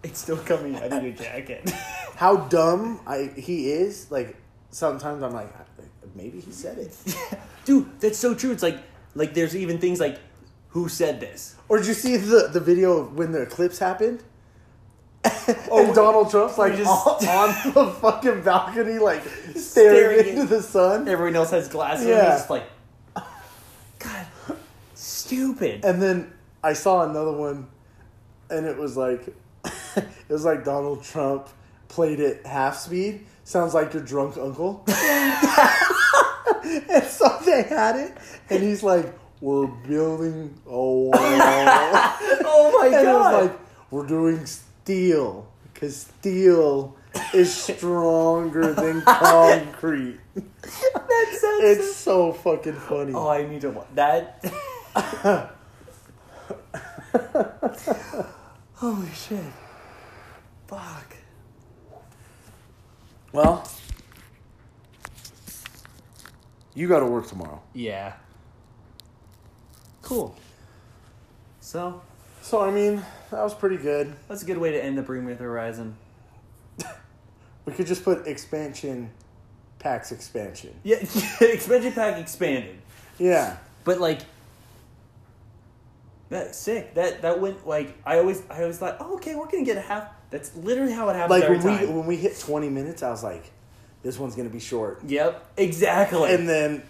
[SPEAKER 1] It's still coming out of your jacket.
[SPEAKER 2] how dumb I he is. Like sometimes I'm like, maybe he said it.
[SPEAKER 1] Dude, that's so true. It's like like there's even things like who said this?
[SPEAKER 2] Or did you see the the video of when the eclipse happened? Oh, and Donald Trump's like
[SPEAKER 1] just-
[SPEAKER 2] on, on the fucking balcony, like staring,
[SPEAKER 1] Staring
[SPEAKER 2] into
[SPEAKER 1] at-
[SPEAKER 2] the sun.
[SPEAKER 1] Everyone else has glasses and
[SPEAKER 2] Yeah.
[SPEAKER 1] he's just like God stupid.
[SPEAKER 2] And then I saw another one, and it was like, it was like Donald Trump played at half speed. Sounds like your drunk uncle. and so they had it, and he's like, "We're building a wall," and
[SPEAKER 1] oh my
[SPEAKER 2] it was
[SPEAKER 1] god.
[SPEAKER 2] like, "We're doing steel because steel is stronger than concrete."
[SPEAKER 1] that sounds
[SPEAKER 2] It's so fucking funny.
[SPEAKER 1] Oh, I need to watch that. Holy shit. Fuck.
[SPEAKER 2] Well, You got to work tomorrow.
[SPEAKER 1] Yeah. Cool. So
[SPEAKER 2] So I mean, that was pretty good.
[SPEAKER 1] that's a good way to end the Bring Me the Horizon.
[SPEAKER 2] We could just put expansion, PAX expansion.
[SPEAKER 1] Yeah, expansion pack expanded,
[SPEAKER 2] Yeah,
[SPEAKER 1] but like that's sick. That that went like I always I always thought, oh, okay, we're gonna get a half. That's literally how it happens
[SPEAKER 2] like
[SPEAKER 1] every
[SPEAKER 2] when
[SPEAKER 1] time.
[SPEAKER 2] we when we hit twenty minutes, I was like, this one's gonna be short,
[SPEAKER 1] Yep, exactly.
[SPEAKER 2] and then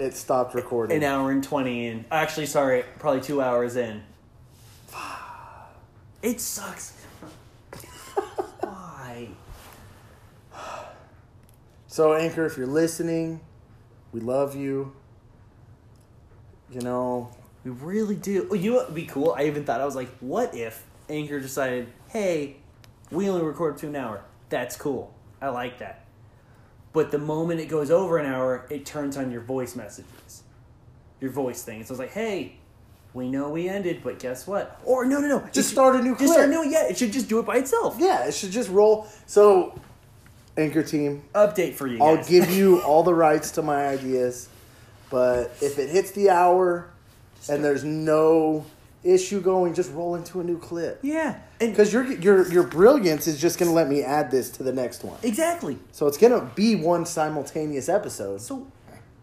[SPEAKER 2] it stopped recording.
[SPEAKER 1] an hour and 20 in. Actually, sorry, probably two hours in. It sucks. Why?
[SPEAKER 2] So Anchor, if you're listening, we love you. You know,
[SPEAKER 1] We really do. Oh, you know what would be cool? I even thought, I was like, what if Anchor decided, hey, we only record up to an hour? That's cool. I like that. But the moment it goes over an hour, it turns on your voice messages, your voice thing. So it's like, hey, we know we ended, but guess what? Or no, no, no. it
[SPEAKER 2] Just
[SPEAKER 1] should-
[SPEAKER 2] start a new
[SPEAKER 1] Just start
[SPEAKER 2] clip.
[SPEAKER 1] new. Yeah, it should just do it by itself.
[SPEAKER 2] yeah, it should just roll. So, Anchor team,
[SPEAKER 1] update for you
[SPEAKER 2] I'll
[SPEAKER 1] guys.
[SPEAKER 2] give you all the rights to my ideas, but if it hits the hour and there's no issue going, just roll into a new clip.
[SPEAKER 1] yeah, and
[SPEAKER 2] Because your your your brilliance is just gonna let me add this to the next one,
[SPEAKER 1] exactly.
[SPEAKER 2] so it's gonna be one simultaneous episode.
[SPEAKER 1] So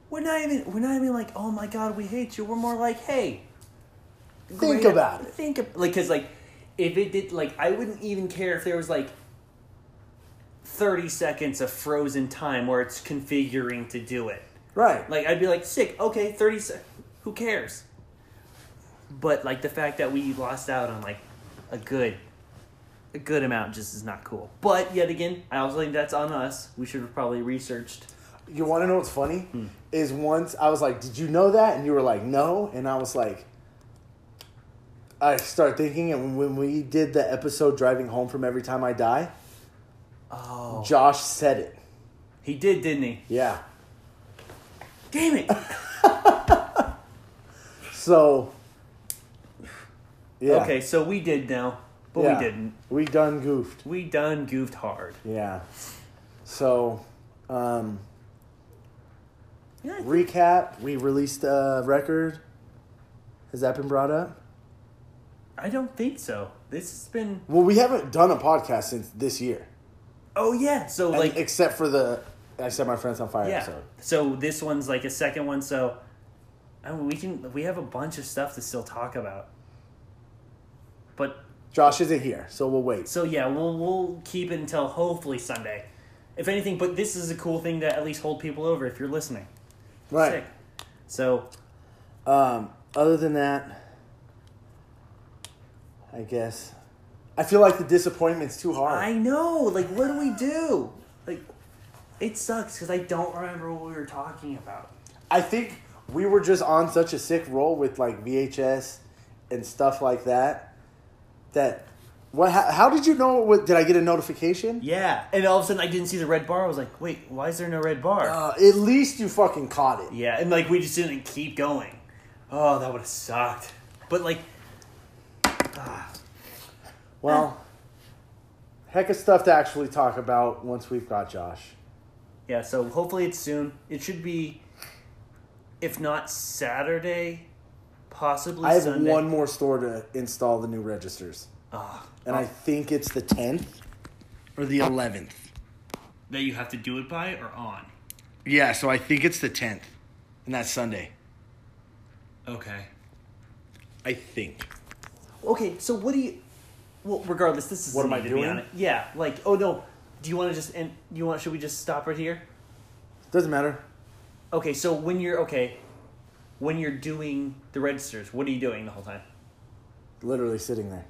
[SPEAKER 1] we're not even we're not even like oh my god we hate you. We're more like hey,
[SPEAKER 2] Think
[SPEAKER 1] great-
[SPEAKER 2] about it.
[SPEAKER 1] Think ab- like because like if it did like I wouldn't even care if there was like. 30 seconds of frozen time where it's configuring to do it.
[SPEAKER 2] Right.
[SPEAKER 1] Like, I'd be like, sick, okay, 30 sec Who cares? But, like, the fact that we lost out on, like, a good, a good amount just is not cool. But, yet again, I also think that's on us. We should have probably researched.
[SPEAKER 2] You want to know what's funny?
[SPEAKER 1] Hmm.
[SPEAKER 2] Is once I was like, "Did you know that?" And you were like, "No," and I was like, I start thinking, and when we did the episode driving home from Every Time I Die,
[SPEAKER 1] Oh.
[SPEAKER 2] Josh said it.
[SPEAKER 1] He did, didn't he?
[SPEAKER 2] Yeah.
[SPEAKER 1] Damn it!
[SPEAKER 2] So. Yeah.
[SPEAKER 1] Okay, so we did now, but
[SPEAKER 2] Yeah.
[SPEAKER 1] we didn't.
[SPEAKER 2] We done goofed.
[SPEAKER 1] We done goofed hard.
[SPEAKER 2] Yeah. So, um,
[SPEAKER 1] Yeah, I think-
[SPEAKER 2] recap. We released a record. Has that been brought up?
[SPEAKER 1] I don't think so. This has been.
[SPEAKER 2] Well, we haven't done a podcast since this year.
[SPEAKER 1] Oh, yeah, so,
[SPEAKER 2] And
[SPEAKER 1] like.
[SPEAKER 2] except for the I set my friends on fire
[SPEAKER 1] Yeah.
[SPEAKER 2] episode.
[SPEAKER 1] So this one's like a second one. So I mean, we can we have a bunch of stuff to still talk about. But
[SPEAKER 2] Josh isn't here, so we'll wait.
[SPEAKER 1] so yeah, we'll we'll keep it until hopefully Sunday, if anything. But this is a cool thing to at least hold people over if you're listening.
[SPEAKER 2] Right.
[SPEAKER 1] So
[SPEAKER 2] Um, other than that, I guess I feel like the disappointment's too hard.
[SPEAKER 1] I know, like, what do we do? Like, it sucks because I don't remember what we were talking about.
[SPEAKER 2] I think we were just on such a sick roll with like VHS and stuff like that. That what? How, how did you know? What did I get a notification?
[SPEAKER 1] Yeah, and all of a sudden I didn't see the red bar. I was like, wait, why is there no red bar?
[SPEAKER 2] Uh, at least you fucking caught it.
[SPEAKER 1] Yeah, and like we just didn't keep going. Oh, that would have sucked. But like,
[SPEAKER 2] Well, heck of stuff to actually talk about once we've got Josh.
[SPEAKER 1] yeah. So hopefully it's soon. It should be, if not Saturday, possibly
[SPEAKER 2] I have
[SPEAKER 1] Sunday.
[SPEAKER 2] one more store to install the new registers,
[SPEAKER 1] Ah,
[SPEAKER 2] and I think it's the tenth oh. or the eleventh.
[SPEAKER 1] that you have to do it by or on.
[SPEAKER 2] Yeah, so I think it's the tenth, and that's Sunday.
[SPEAKER 1] Okay.
[SPEAKER 2] I think.
[SPEAKER 1] Okay. So what do you? Well, regardless, this is
[SPEAKER 2] What am I doing?
[SPEAKER 1] Yeah. Like, oh no. Do you want to just end? You want? Should we just stop right here?
[SPEAKER 2] Doesn't matter.
[SPEAKER 1] Okay. So when you're okay, when you're doing the registers, what are you doing the whole time?
[SPEAKER 2] Literally sitting there.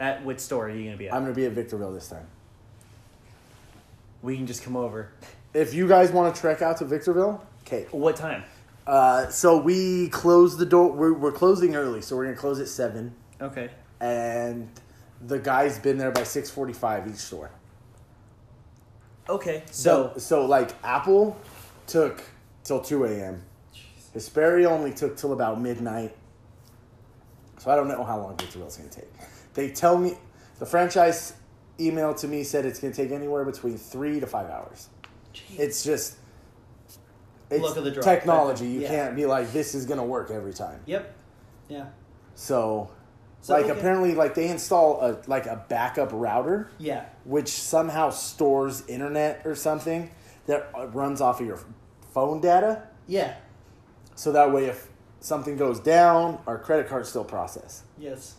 [SPEAKER 1] At what store are you gonna be at?
[SPEAKER 2] I'm gonna be at Victorville this time.
[SPEAKER 1] we can just come over.
[SPEAKER 2] If you guys want to trek out to Victorville, okay.
[SPEAKER 1] What time?
[SPEAKER 2] Uh, so we close the door. We're, we're closing early, so we're gonna close at seven.
[SPEAKER 1] Okay.
[SPEAKER 2] And the guy's been there by six forty-five each store.
[SPEAKER 1] Okay. So
[SPEAKER 2] so like Apple took till two a.m. Hesperia only took till about midnight. So I don't know how long Victorville's gonna take. They tell me the franchise email to me said it's gonna take anywhere between three to five hours. It's just it's
[SPEAKER 5] Look of the draw.
[SPEAKER 2] technology. You
[SPEAKER 5] Yeah.
[SPEAKER 2] can't be like this is gonna work every time.
[SPEAKER 5] Yep. Yeah.
[SPEAKER 2] So,
[SPEAKER 5] So,
[SPEAKER 2] like
[SPEAKER 5] okay.
[SPEAKER 2] apparently, like they install a like a backup router,
[SPEAKER 5] Yeah.
[SPEAKER 2] which somehow stores internet or something that uh, runs off of your phone data.
[SPEAKER 5] Yeah.
[SPEAKER 2] So that way, if something goes down, our credit card still process.
[SPEAKER 5] Yes.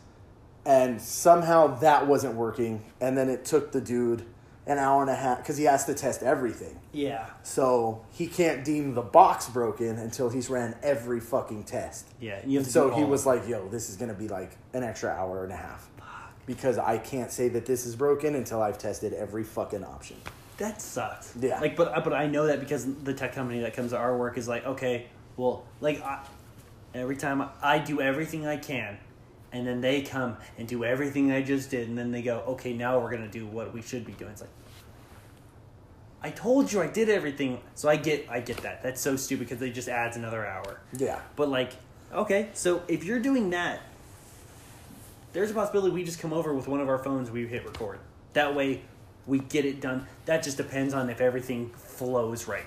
[SPEAKER 2] And somehow that wasn't working, and then it took the dude an hour and a half because he has to test everything.
[SPEAKER 5] Yeah.
[SPEAKER 2] So he can't deem the box broken until he's ran every fucking test.
[SPEAKER 1] Yeah, and you have to
[SPEAKER 2] so
[SPEAKER 1] do
[SPEAKER 2] he
[SPEAKER 1] all.
[SPEAKER 2] was like, "Yo, this is gonna be like an extra hour and a half." Because I can't say that this is broken until I've tested every fucking option.
[SPEAKER 1] That sucks.
[SPEAKER 2] Yeah.
[SPEAKER 1] Like, but but I know that because the tech company that comes to our work is like, okay, well, like I, every time I, I do everything I can, and then they come and do everything I just did, and then they go, okay, now we're gonna do what we should be doing. It's like, I told you I did everything, so I get I get that. That's so stupid because it just adds another hour.
[SPEAKER 2] Yeah.
[SPEAKER 1] But like, okay, so if you're doing that, there's a possibility we just come over with one of our phones. We hit record. That way, we get it done. That just depends on if everything flows right.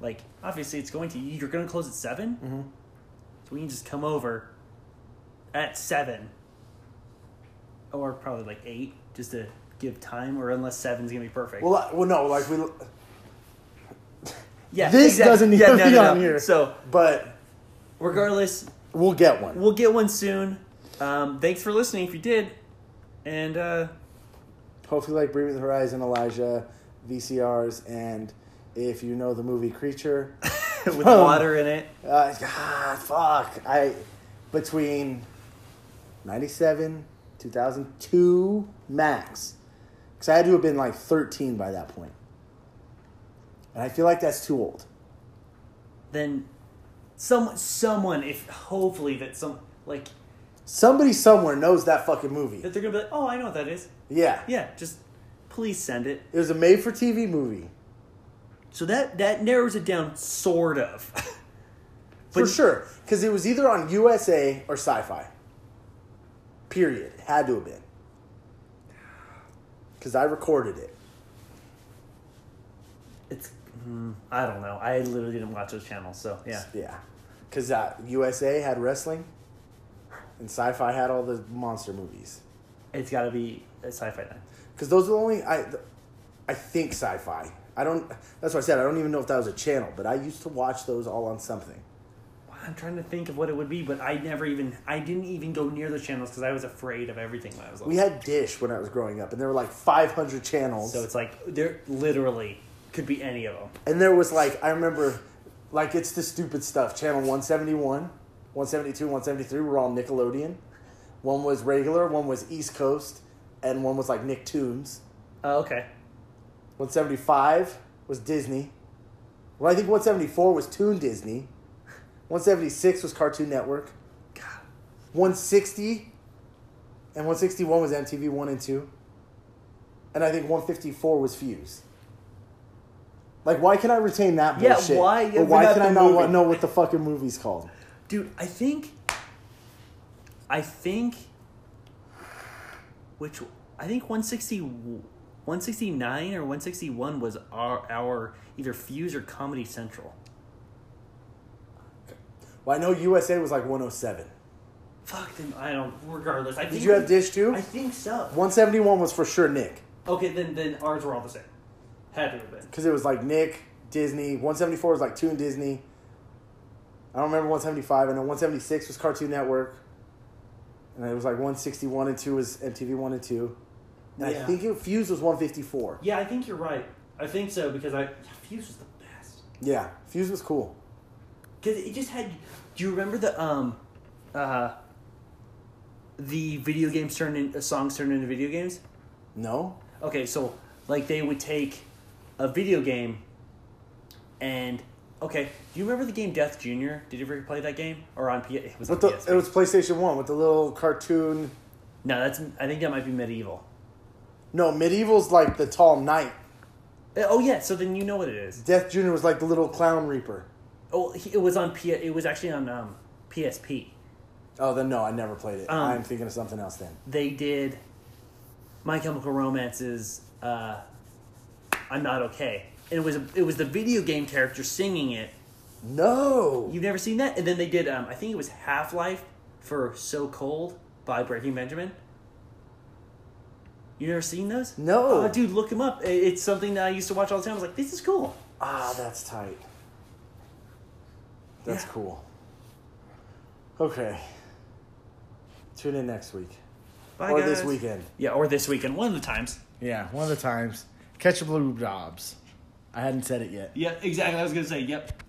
[SPEAKER 1] Like, obviously, it's going to. You're going to close at 7 Mm-hmm. So we can just come over at seven, or probably like eight, just to give time. Or unless seven's going to be perfect.
[SPEAKER 2] Well, I- well, no, like we,
[SPEAKER 1] yeah,
[SPEAKER 2] this doesn't need
[SPEAKER 1] Yeah,
[SPEAKER 2] to
[SPEAKER 1] no,
[SPEAKER 2] be
[SPEAKER 1] no, no.
[SPEAKER 2] on here.
[SPEAKER 1] So
[SPEAKER 2] but
[SPEAKER 1] regardless,
[SPEAKER 2] we'll get one.
[SPEAKER 1] We'll get one soon. Um, thanks for listening if you did. And uh,
[SPEAKER 2] hopefully like Breathing the Horizon, Elijah, VCRs, and if you know the movie Creature,
[SPEAKER 1] with water in it.
[SPEAKER 2] uh, ah, fuck, I between ninety seven, two thousand two max, because I had to have been like thirteen by that point, and I feel like that's too old.
[SPEAKER 1] Then some someone if hopefully that some like
[SPEAKER 2] Somebody somewhere knows that fucking movie.
[SPEAKER 1] that they're gonna be like, Oh, I know what that is.
[SPEAKER 2] Yeah,
[SPEAKER 1] Yeah, just please send it.
[SPEAKER 2] it was a made for TV movie
[SPEAKER 1] So that that narrows it down sort of.
[SPEAKER 2] for sure, because it was either on USA or Sci Fi. Period. It had to have been. Because I recorded it.
[SPEAKER 1] It's hmm, I don't know. I literally didn't watch those channels, so yeah.
[SPEAKER 2] Yeah. Because uh, USA had wrestling, and Sci Fi had all the monster movies.
[SPEAKER 1] It's gotta be a sci fi then.
[SPEAKER 2] Because those are the only I, I think Sci Fi. I don't. That's what I said. I don't even know if that was a channel, but I used to watch those all on something.
[SPEAKER 1] I'm trying to think of what it would be, but I never even I didn't even go near those channels because I was afraid of everything when I was little.
[SPEAKER 2] We had Dish when I was growing up, and there were like 500 channels.
[SPEAKER 1] So it's like there literally could be any of them.
[SPEAKER 2] And there was like, I remember, like, it's the stupid stuff. Channel 171, 172, 173 were all Nickelodeon. One was regular, one was East Coast, and one was like Nicktoons.
[SPEAKER 1] Oh, okay.
[SPEAKER 2] 175 was Disney. Well, I think 174 was Toon Disney. 176 was Cartoon Network. 160 and 161 was MTV 1 and 2. And I think 154 was Fuse. Like, why can I retain that
[SPEAKER 1] Yeah,
[SPEAKER 2] bullshit?
[SPEAKER 1] why-
[SPEAKER 2] But
[SPEAKER 1] but
[SPEAKER 2] why
[SPEAKER 1] not
[SPEAKER 2] can I
[SPEAKER 1] the
[SPEAKER 2] not wa-
[SPEAKER 1] movie.
[SPEAKER 2] know what the fucking movie's called?
[SPEAKER 1] Dude, I think I think which I think 160 169 or 161 was our, our either Fuse or Comedy Central.
[SPEAKER 2] Well, I know USA was like 107.
[SPEAKER 1] Fuck them. I don't regardless. I
[SPEAKER 2] Did
[SPEAKER 1] think
[SPEAKER 2] you have Dish too?
[SPEAKER 1] I think so.
[SPEAKER 2] 171 was for sure Nick.
[SPEAKER 1] Okay, then then ours were all the same. Had to have been.
[SPEAKER 2] because it was like Nick, Disney. 174 was like Toon Disney. I don't remember 175, and then 176 was Cartoon Network. And it was like 161 and 2 was MTV 1 and 2. And I
[SPEAKER 1] Yeah.
[SPEAKER 2] think it, Fuse was 154.
[SPEAKER 1] Yeah, I think you're right. I think so because I Fuse was the best.
[SPEAKER 2] Yeah, Fuse was cool.
[SPEAKER 1] Because it just had. Do you remember the um, uh, the video games turned in uh, songs turned into video games?
[SPEAKER 2] No?
[SPEAKER 1] Okay, so like they would take a video game, and okay, do you remember the game Death Junior? Did you ever play that game or on P? It was on
[SPEAKER 2] With the,
[SPEAKER 1] PS.
[SPEAKER 2] it was PlayStation 1 with the little cartoon.
[SPEAKER 1] no, that's I think that might be medieval.
[SPEAKER 2] No, Medieval's like the tall knight.
[SPEAKER 1] Uh, Oh yeah, so then you know what it is.
[SPEAKER 2] Death Jr. was like the little clown reaper.
[SPEAKER 1] Oh, he- it was on P. It was actually on um, PSP.
[SPEAKER 2] Oh, then no, I never played it.
[SPEAKER 1] Um,
[SPEAKER 2] I'm thinking of something else then.
[SPEAKER 1] they did My Chemical Romance's uh, "I'm Not Okay," and it was a, it was the video game character singing it
[SPEAKER 2] No.
[SPEAKER 1] You've never seen that? And then they did, um, I think it was Half Life for So Cold by Breaking Benjamin. You never seen those?
[SPEAKER 2] No.
[SPEAKER 1] Oh, dude, look them up. I- It's something that I used to watch all the time. I was like, this is cool.
[SPEAKER 2] Ah, that's tight. That's
[SPEAKER 1] Yeah.
[SPEAKER 2] cool. Okay. Tune in next week
[SPEAKER 1] Bye,
[SPEAKER 2] or
[SPEAKER 1] guys.
[SPEAKER 2] this weekend.
[SPEAKER 1] Yeah, or this weekend. One of the times.
[SPEAKER 2] Yeah, one of the times. Catch a blue jobs. I hadn't said it yet.
[SPEAKER 1] Yeah, exactly. I was going to say, yep.